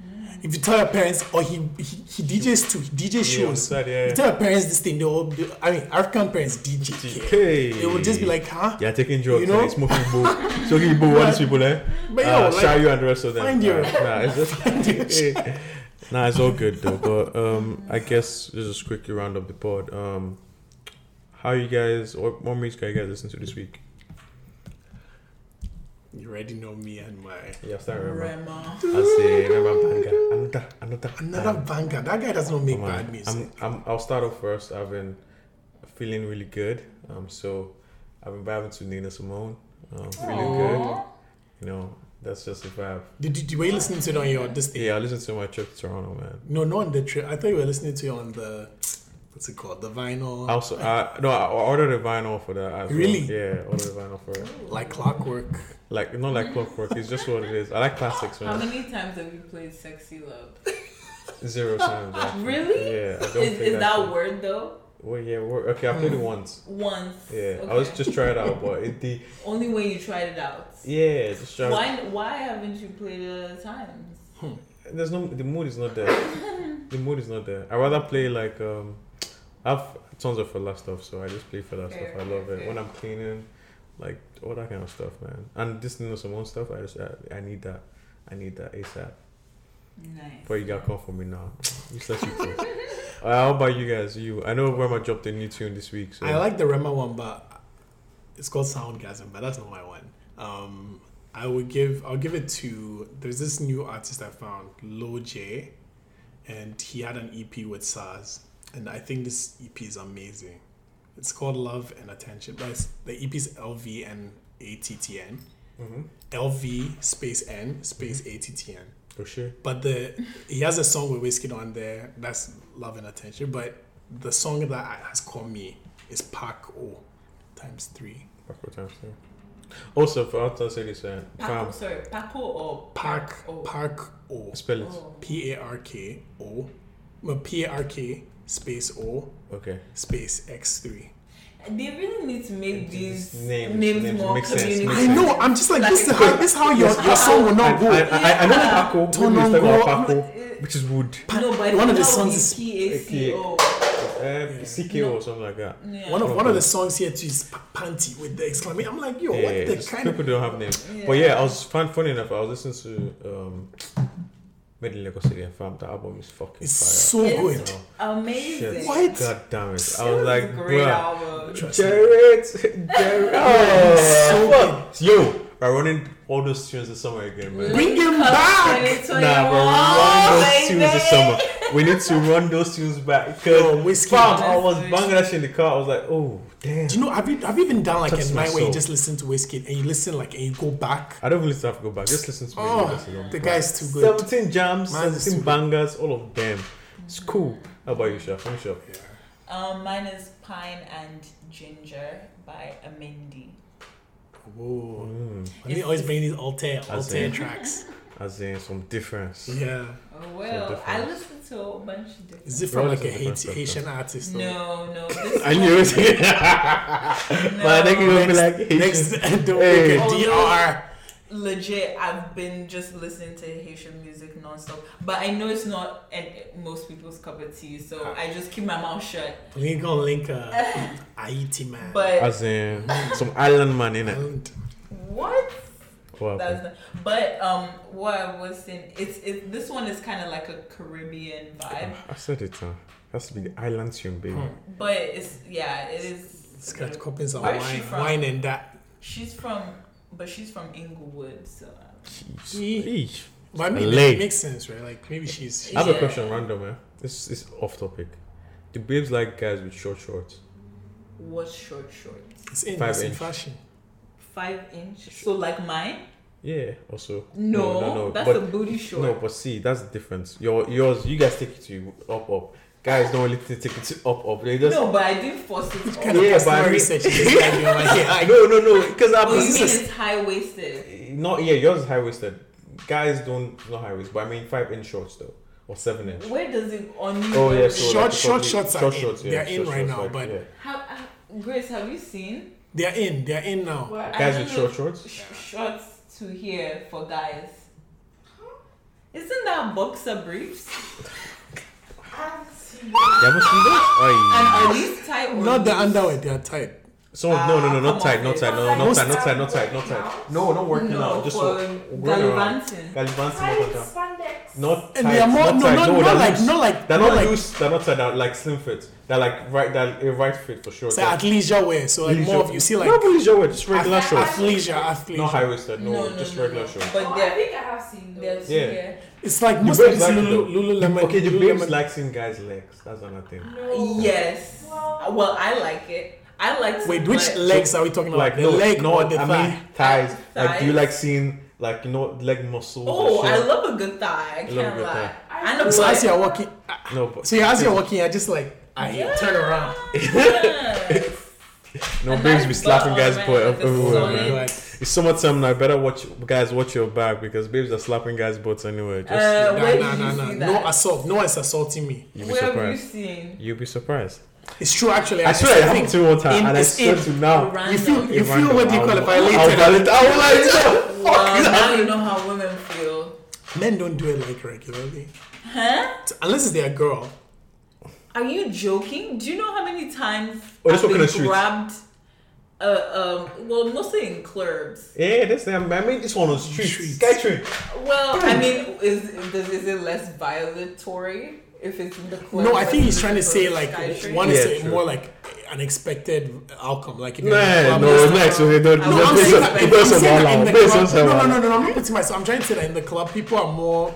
[SPEAKER 4] Mm.
[SPEAKER 3] If you tell your parents, or he he, he DJs too, he DJ
[SPEAKER 2] Yeah, on the
[SPEAKER 3] shows.
[SPEAKER 2] side, yeah,
[SPEAKER 3] You
[SPEAKER 2] yeah.
[SPEAKER 3] tell your parents this thing, they all. do- I mean, African parents DJ. kid.
[SPEAKER 2] Hey.
[SPEAKER 3] They will just be like, huh?
[SPEAKER 2] You're taking drugs, you
[SPEAKER 3] You know?
[SPEAKER 2] smoking book, smoking book. All these people, eh?
[SPEAKER 3] But yo,
[SPEAKER 2] uh,
[SPEAKER 3] like-
[SPEAKER 2] Shah, you and the rest of them.
[SPEAKER 3] find your-
[SPEAKER 2] Nah, nah, it's just nah, it's all good though. But um, I guess just quickly round up the pod. Um, how you guys? What, what music are you guys listening to this week?
[SPEAKER 3] You already know me and my
[SPEAKER 2] Yeah, I remember.
[SPEAKER 4] Rema.
[SPEAKER 2] I say remember banger. Another, another,
[SPEAKER 3] Another banger. That guy does not make
[SPEAKER 2] Come on.
[SPEAKER 3] bad music.
[SPEAKER 2] Um, oh I'm, I'm, I'll start off first. I've been feeling really good. Um, so I've been vibing to Nina Simone. Um, really good. You know, that's just a vibe.
[SPEAKER 3] Did you, were you listening to it on your this thing?
[SPEAKER 2] Yeah, I listened to my trip to Toronto, man.
[SPEAKER 3] No, not on the trip. I thought you were listening to it on the what's it called? The vinyl.
[SPEAKER 2] I also, I, no, I ordered a vinyl for that. As
[SPEAKER 3] Really?
[SPEAKER 2] Well. Yeah, ordered a vinyl for it.
[SPEAKER 3] Like clockwork.
[SPEAKER 2] Like, not like clockwork. It's just what it is. I like classics,
[SPEAKER 4] How
[SPEAKER 2] man.
[SPEAKER 4] many times have you played "Sexy Love"?
[SPEAKER 2] Zero times. actually.
[SPEAKER 4] Really?
[SPEAKER 2] Yeah. I don't
[SPEAKER 4] Is,
[SPEAKER 2] think
[SPEAKER 4] is that
[SPEAKER 2] work?
[SPEAKER 4] word though?
[SPEAKER 2] Well, yeah. Work. Okay, I played it once.
[SPEAKER 4] Once.
[SPEAKER 2] Yeah, I
[SPEAKER 4] Okay.
[SPEAKER 2] was just trying it out, but it the
[SPEAKER 4] Only when you tried it out.
[SPEAKER 2] yeah, just trying.
[SPEAKER 4] Why? Why haven't you played it other times?
[SPEAKER 2] There's no the mood is not there. the mood is not there. I rather play like um, I've tons of fella stuff, so I just play fella stuff. I love it when I'm cleaning, like all that kind of stuff, man. And this you know, some own stuff. I just I, I need that. I need that ASAP.
[SPEAKER 4] Nice.
[SPEAKER 2] But you got call for me now. You said you could. Uh, how about you guys? You, I know Rema dropped a new tune this week. So
[SPEAKER 3] I like the Rema one, but it's called Soundgasm, but that's not my one. Um, I would give I'll give it to there's this new artist I found, Lo J, and he had an EP with Saz, and I think this EP is amazing. It's called Love and Attention, but it's, the EP is L V and A T T N.
[SPEAKER 2] Mhm.
[SPEAKER 3] LV space N space A T T N.
[SPEAKER 2] Oh shit.
[SPEAKER 3] But the he has a song with Whiskey on there that's love and attention. But the song that I- has called me is Park O times three.
[SPEAKER 2] Fuck what time is it? Also, for how to say this, uh,
[SPEAKER 4] Paco,
[SPEAKER 2] fam,
[SPEAKER 4] sorry, Paco or
[SPEAKER 3] Park
[SPEAKER 4] Oh.
[SPEAKER 3] Park O
[SPEAKER 2] spell it.
[SPEAKER 4] Oh.
[SPEAKER 3] P A R K O well, P A R K space O
[SPEAKER 2] Okay.
[SPEAKER 3] space X three.
[SPEAKER 4] They really need to make these names,
[SPEAKER 2] Names- names
[SPEAKER 4] more
[SPEAKER 2] make sense, make
[SPEAKER 4] communicative.
[SPEAKER 2] sense.
[SPEAKER 3] I know. I'm just like this. Is how, this is how your, your song will
[SPEAKER 2] I,
[SPEAKER 3] not
[SPEAKER 2] I,
[SPEAKER 3] go.
[SPEAKER 2] I, I know Paco. Maybe we start with
[SPEAKER 3] Tonongo.
[SPEAKER 2] Paco,
[SPEAKER 4] Uh,
[SPEAKER 2] which is wood.
[SPEAKER 4] no, but
[SPEAKER 3] One of the
[SPEAKER 4] that would
[SPEAKER 3] songs
[SPEAKER 4] be
[SPEAKER 3] is-
[SPEAKER 4] P-A-C-O.
[SPEAKER 2] Uh, CKO or something like that.
[SPEAKER 4] oh. Yeah.
[SPEAKER 3] One of one of the songs here too is P- Panty with the exclamation. I'm like, yo,
[SPEAKER 2] Yeah,
[SPEAKER 3] what the
[SPEAKER 2] just
[SPEAKER 3] kind of
[SPEAKER 2] people don't have names. But
[SPEAKER 4] Yeah.
[SPEAKER 2] yeah, I was fun, funny enough. I was listening to um, Made in Lagos City and fam. The album is fucking
[SPEAKER 3] it's
[SPEAKER 2] fire.
[SPEAKER 3] so
[SPEAKER 4] Yes.
[SPEAKER 3] good.
[SPEAKER 4] amazing.
[SPEAKER 2] Shit.
[SPEAKER 3] What?
[SPEAKER 2] God damn it!
[SPEAKER 4] That
[SPEAKER 2] I was
[SPEAKER 4] was
[SPEAKER 2] like,
[SPEAKER 4] a great
[SPEAKER 2] bruh.
[SPEAKER 4] album.
[SPEAKER 3] Trust me.
[SPEAKER 2] Jared, Jared,
[SPEAKER 3] so
[SPEAKER 2] oh, fuck. yo, we're running all those tunes this summer again, man.
[SPEAKER 3] Bring him
[SPEAKER 4] Cup
[SPEAKER 3] back!
[SPEAKER 4] 2021,
[SPEAKER 2] Nah, bro, run those tunes this
[SPEAKER 4] Oh, baby.
[SPEAKER 2] summer. We need to run those tunes back.
[SPEAKER 3] Yo,
[SPEAKER 2] Cause
[SPEAKER 3] whiskey.
[SPEAKER 2] fam, I was
[SPEAKER 4] Honestly.
[SPEAKER 2] banging that shit in the car. I was like, oh damn.
[SPEAKER 3] Do you know? Have you have you even done like
[SPEAKER 2] Touch
[SPEAKER 3] a
[SPEAKER 2] my
[SPEAKER 3] night where you
[SPEAKER 2] soul.
[SPEAKER 3] just listen to Wizkid and you listen like and you go back?
[SPEAKER 2] I don't really have to go back. Just listen to me.
[SPEAKER 3] Oh,
[SPEAKER 2] Listen up.
[SPEAKER 3] the guy's too good.
[SPEAKER 2] Seventeen jams,
[SPEAKER 3] Mine is
[SPEAKER 2] seventeen
[SPEAKER 3] too good.
[SPEAKER 2] bangers, all of them. It's cool. How about you, Chef? Finish up.
[SPEAKER 4] Um, mine is Pine and Ginger by Amindi.
[SPEAKER 3] Whoa!
[SPEAKER 2] Mm,
[SPEAKER 3] And they always bring these altair
[SPEAKER 2] As
[SPEAKER 3] altair
[SPEAKER 2] in.
[SPEAKER 3] tracks.
[SPEAKER 2] as in some difference.
[SPEAKER 3] Yeah.
[SPEAKER 4] Oh well, I
[SPEAKER 2] different.
[SPEAKER 4] listened to a whole bunch of different.
[SPEAKER 3] Is it from
[SPEAKER 2] Bro,
[SPEAKER 3] like a
[SPEAKER 2] this is a
[SPEAKER 3] Haiti,
[SPEAKER 2] different
[SPEAKER 3] Haitian artist? or-
[SPEAKER 4] No, no. This
[SPEAKER 2] I knew it.
[SPEAKER 4] No.
[SPEAKER 2] But I think it would be like
[SPEAKER 3] Next, don't
[SPEAKER 2] Hey.
[SPEAKER 3] make a
[SPEAKER 4] Oh, no.
[SPEAKER 3] DR.
[SPEAKER 4] legit i've been just listening to haitian music non-stop but i know it's not an, most people's cup of tea
[SPEAKER 2] Ah.
[SPEAKER 4] so i just keep my mouth shut
[SPEAKER 3] We ain't gonna link a Haiti
[SPEAKER 2] Ah.
[SPEAKER 3] man.
[SPEAKER 4] but
[SPEAKER 2] As in some island man in it.
[SPEAKER 3] And
[SPEAKER 4] what
[SPEAKER 2] What
[SPEAKER 4] that's
[SPEAKER 2] happened?
[SPEAKER 4] not, but um what i was saying it's it this one is kind of like a caribbean vibe
[SPEAKER 2] I said it. Uh, has to be the island tune, baby.
[SPEAKER 3] Hmm.
[SPEAKER 4] but it's yeah it is
[SPEAKER 3] Scratch coppins and
[SPEAKER 4] Where is she
[SPEAKER 3] wine,
[SPEAKER 4] from?
[SPEAKER 3] wine and that.
[SPEAKER 4] she's from but she's from inglewood so
[SPEAKER 3] She-
[SPEAKER 2] Eesh.
[SPEAKER 3] But I mean,
[SPEAKER 2] Malay.
[SPEAKER 3] it makes sense, right? Like maybe she's.
[SPEAKER 2] I have
[SPEAKER 4] Yeah.
[SPEAKER 2] a question, random man. This is off topic. The babes like guys with short shorts.
[SPEAKER 4] what's short shorts
[SPEAKER 3] It's in,
[SPEAKER 2] Five
[SPEAKER 3] it's in
[SPEAKER 2] inch.
[SPEAKER 3] fashion.
[SPEAKER 4] five inch so like mine
[SPEAKER 2] Yeah. Also.
[SPEAKER 4] no, that's
[SPEAKER 2] but,
[SPEAKER 4] a booty short
[SPEAKER 2] No, but see, that's the difference. Your yours, you guys take it to up up. Guys don't really take it to up up. They just
[SPEAKER 4] no but i didn't force it on.
[SPEAKER 3] Kind of
[SPEAKER 2] Yeah, but
[SPEAKER 3] personal
[SPEAKER 2] I mean-
[SPEAKER 3] research is this guy doing right here.
[SPEAKER 2] I
[SPEAKER 3] Like,
[SPEAKER 2] no no no because I'm
[SPEAKER 4] Oh, you mean
[SPEAKER 3] This is-
[SPEAKER 4] it's high waisted?
[SPEAKER 2] not yeah yours is high waisted. Guys don't not high waist, but I mean five inch shorts though or seven inch.
[SPEAKER 4] Where does it on you?
[SPEAKER 2] Oh yeah,
[SPEAKER 4] go?
[SPEAKER 2] so
[SPEAKER 3] Short-
[SPEAKER 2] like,
[SPEAKER 3] short
[SPEAKER 2] probably-
[SPEAKER 3] shorts are in. They're in
[SPEAKER 2] short
[SPEAKER 3] right
[SPEAKER 2] shorts,
[SPEAKER 3] now,
[SPEAKER 2] like,
[SPEAKER 3] but-
[SPEAKER 2] yeah.
[SPEAKER 4] How, uh, Grace, have you seen
[SPEAKER 3] They're in. They're in now.
[SPEAKER 5] What?
[SPEAKER 4] I
[SPEAKER 2] guys
[SPEAKER 4] don't
[SPEAKER 2] with
[SPEAKER 4] know.
[SPEAKER 2] short shorts.
[SPEAKER 4] sh- shorts to here for guys? Isn't that boxer briefs?
[SPEAKER 2] You haven't seen those?
[SPEAKER 4] And
[SPEAKER 2] Aye.
[SPEAKER 4] are these tight or
[SPEAKER 3] Not the
[SPEAKER 4] loose?
[SPEAKER 3] underwear. They are tight.
[SPEAKER 2] So no no no
[SPEAKER 4] Ah,
[SPEAKER 2] not tight
[SPEAKER 4] come
[SPEAKER 2] not
[SPEAKER 4] on,
[SPEAKER 2] tight no no, not tight not tight not tight not tight. No not working
[SPEAKER 4] No,
[SPEAKER 2] out just
[SPEAKER 4] for
[SPEAKER 2] walk- going around.
[SPEAKER 4] gallivanting.
[SPEAKER 2] Gallivanting,
[SPEAKER 5] Why
[SPEAKER 2] not
[SPEAKER 5] is
[SPEAKER 2] like that.
[SPEAKER 5] spandex?
[SPEAKER 2] Not
[SPEAKER 3] And
[SPEAKER 2] tight,
[SPEAKER 3] they are more.
[SPEAKER 2] not
[SPEAKER 3] No,
[SPEAKER 2] tight.
[SPEAKER 3] not,
[SPEAKER 2] no,
[SPEAKER 3] not
[SPEAKER 2] they're
[SPEAKER 3] like.
[SPEAKER 2] loose.
[SPEAKER 3] Not like.
[SPEAKER 2] They're not
[SPEAKER 3] like.
[SPEAKER 2] loose. They're not tight. They're like slim fit. They're like right. They're a right fit for sure.
[SPEAKER 3] It's like athleisure wear. So like more of you see like
[SPEAKER 2] not leisure wear, just regular
[SPEAKER 5] ath-
[SPEAKER 2] shorts.
[SPEAKER 3] athleisure, athleisure.
[SPEAKER 2] Not high waisted. No,
[SPEAKER 4] No, no,
[SPEAKER 2] just
[SPEAKER 4] no,
[SPEAKER 2] regular
[SPEAKER 4] no.
[SPEAKER 2] shorts.
[SPEAKER 5] Oh,
[SPEAKER 4] But
[SPEAKER 5] I
[SPEAKER 4] they're,
[SPEAKER 5] think I have seen
[SPEAKER 4] they're
[SPEAKER 5] those.
[SPEAKER 2] Yeah.
[SPEAKER 4] here.
[SPEAKER 3] It's like
[SPEAKER 2] The
[SPEAKER 3] most of
[SPEAKER 2] babes
[SPEAKER 3] these
[SPEAKER 2] like it
[SPEAKER 3] Lulu,
[SPEAKER 2] though.
[SPEAKER 3] Lululemon.
[SPEAKER 2] okay, the babes
[SPEAKER 3] Lululemon-
[SPEAKER 2] like seeing guys' legs. That's another thing.
[SPEAKER 5] No.
[SPEAKER 4] Yes.
[SPEAKER 5] Wow.
[SPEAKER 4] Well, I like it. I like.
[SPEAKER 3] Wait, which
[SPEAKER 4] but-
[SPEAKER 3] legs are we talking about?
[SPEAKER 2] Like
[SPEAKER 3] the
[SPEAKER 2] no,
[SPEAKER 3] leg
[SPEAKER 2] no,
[SPEAKER 3] or the
[SPEAKER 2] I
[SPEAKER 3] thigh?
[SPEAKER 2] mean thighs. Like, do you
[SPEAKER 4] Thighs.
[SPEAKER 2] like seeing like you know leg muscles?
[SPEAKER 4] Oh,
[SPEAKER 2] and
[SPEAKER 4] I
[SPEAKER 2] shit?
[SPEAKER 4] love a good thigh. I
[SPEAKER 2] love a
[SPEAKER 4] can't
[SPEAKER 2] good
[SPEAKER 4] lie.
[SPEAKER 2] thigh.
[SPEAKER 4] I know.
[SPEAKER 3] so
[SPEAKER 4] but-
[SPEAKER 3] as you're walking,
[SPEAKER 2] no, but
[SPEAKER 3] so as you're walking, I just like I turn around.
[SPEAKER 4] Yes.
[SPEAKER 2] no
[SPEAKER 4] And
[SPEAKER 2] babes
[SPEAKER 4] I
[SPEAKER 2] be slapping
[SPEAKER 4] love
[SPEAKER 2] guys'
[SPEAKER 4] my
[SPEAKER 2] butt
[SPEAKER 4] legs,
[SPEAKER 2] everywhere,
[SPEAKER 4] sorry.
[SPEAKER 2] man.
[SPEAKER 3] Like,
[SPEAKER 2] It's summertime now. Better watch guys watch your back because babes are slapping guys' butts anywhere. Just
[SPEAKER 4] Uh, where
[SPEAKER 3] nah, nah,
[SPEAKER 4] did you
[SPEAKER 3] nah,
[SPEAKER 4] see
[SPEAKER 3] nah.
[SPEAKER 4] that?
[SPEAKER 3] No assault. No one's assaulting me.
[SPEAKER 2] you'll be
[SPEAKER 4] Where have you
[SPEAKER 2] surprised.
[SPEAKER 4] seen?
[SPEAKER 2] You'll be surprised.
[SPEAKER 3] It's true, actually.
[SPEAKER 2] I swear it
[SPEAKER 3] think
[SPEAKER 2] happened to me one time,
[SPEAKER 3] in-
[SPEAKER 2] and I
[SPEAKER 3] it's
[SPEAKER 2] swear
[SPEAKER 3] in-
[SPEAKER 2] to now.
[SPEAKER 4] Random.
[SPEAKER 3] You feel, you
[SPEAKER 2] It
[SPEAKER 3] feel
[SPEAKER 2] random.
[SPEAKER 3] what they
[SPEAKER 2] I'll-
[SPEAKER 3] call a
[SPEAKER 2] I'll
[SPEAKER 3] violator.
[SPEAKER 2] valid- I will like,
[SPEAKER 4] Well, now you know how women feel.
[SPEAKER 3] Men don't do it like regularly,
[SPEAKER 4] Huh?
[SPEAKER 3] T- unless it's their girl.
[SPEAKER 4] Are you joking? Do you know how many times
[SPEAKER 2] Oh, that's
[SPEAKER 4] I've been
[SPEAKER 2] what kind of street.
[SPEAKER 4] grabbed Uh, um, well, mostly in clubs.
[SPEAKER 2] Yeah, this time, I mean, this one on street.
[SPEAKER 3] Street.
[SPEAKER 2] Sky train.
[SPEAKER 4] Well, I mean, is does is it less violatory if it's in the club?
[SPEAKER 3] No, I think
[SPEAKER 4] versus
[SPEAKER 3] he's trying to
[SPEAKER 4] the
[SPEAKER 3] say
[SPEAKER 4] sky
[SPEAKER 3] like
[SPEAKER 4] tree?
[SPEAKER 3] one is
[SPEAKER 2] Yeah,
[SPEAKER 3] a-
[SPEAKER 2] true.
[SPEAKER 3] more like an expected outcome. Like if you're in the
[SPEAKER 2] Nah,
[SPEAKER 3] club,
[SPEAKER 2] no,
[SPEAKER 3] it's
[SPEAKER 2] it's
[SPEAKER 3] like-
[SPEAKER 2] next. Okay, don't.
[SPEAKER 4] I'm
[SPEAKER 3] I'm
[SPEAKER 2] don't-
[SPEAKER 3] saying that-
[SPEAKER 2] It doesn't
[SPEAKER 3] I'm saying that in
[SPEAKER 2] allow.
[SPEAKER 3] the
[SPEAKER 2] It
[SPEAKER 3] club-
[SPEAKER 2] doesn't
[SPEAKER 3] No, no,
[SPEAKER 2] allow.
[SPEAKER 3] no, no, no. I'm not putting myself. I'm trying to say that in the club, people are more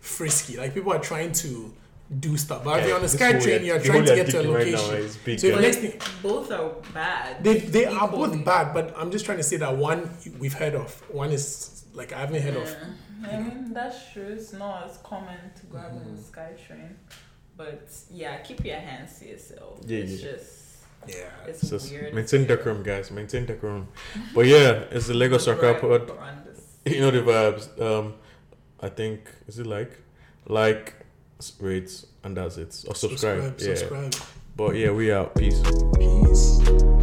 [SPEAKER 3] frisky. Like people are trying to do stuff. But if
[SPEAKER 2] Yeah,
[SPEAKER 3] you're on a
[SPEAKER 2] this
[SPEAKER 3] sky
[SPEAKER 2] whole
[SPEAKER 3] train,
[SPEAKER 2] we are-
[SPEAKER 3] you're
[SPEAKER 2] the
[SPEAKER 3] trying
[SPEAKER 2] whole
[SPEAKER 3] to
[SPEAKER 2] we are
[SPEAKER 3] get to a
[SPEAKER 2] digging right now
[SPEAKER 3] location.
[SPEAKER 2] is big,
[SPEAKER 3] so if
[SPEAKER 2] yeah.
[SPEAKER 3] next thing,
[SPEAKER 4] both are bad.
[SPEAKER 3] they they are both
[SPEAKER 4] Equally.
[SPEAKER 3] bad. But I'm just trying to say that one we've heard of, one is like I haven't heard of.
[SPEAKER 4] I mean, that's true. It's not as common to go out on the
[SPEAKER 2] Mm-hmm.
[SPEAKER 4] sky train, but yeah, keep your hands to yourself.
[SPEAKER 2] Yeah,
[SPEAKER 4] it's
[SPEAKER 2] yeah.
[SPEAKER 4] just
[SPEAKER 3] Yeah.
[SPEAKER 4] it's
[SPEAKER 2] It's just
[SPEAKER 4] weird.
[SPEAKER 2] maintain decorum, guys. Maintain decorum. But yeah, it's the Lagos Soccer Pod. You know the vibes. Um, I think is it like, like, s- rate, and that's it. Or subscribe.
[SPEAKER 3] Subscribe.
[SPEAKER 2] yeah.
[SPEAKER 3] subscribe.
[SPEAKER 2] But yeah, we out. Peace.
[SPEAKER 3] Peace.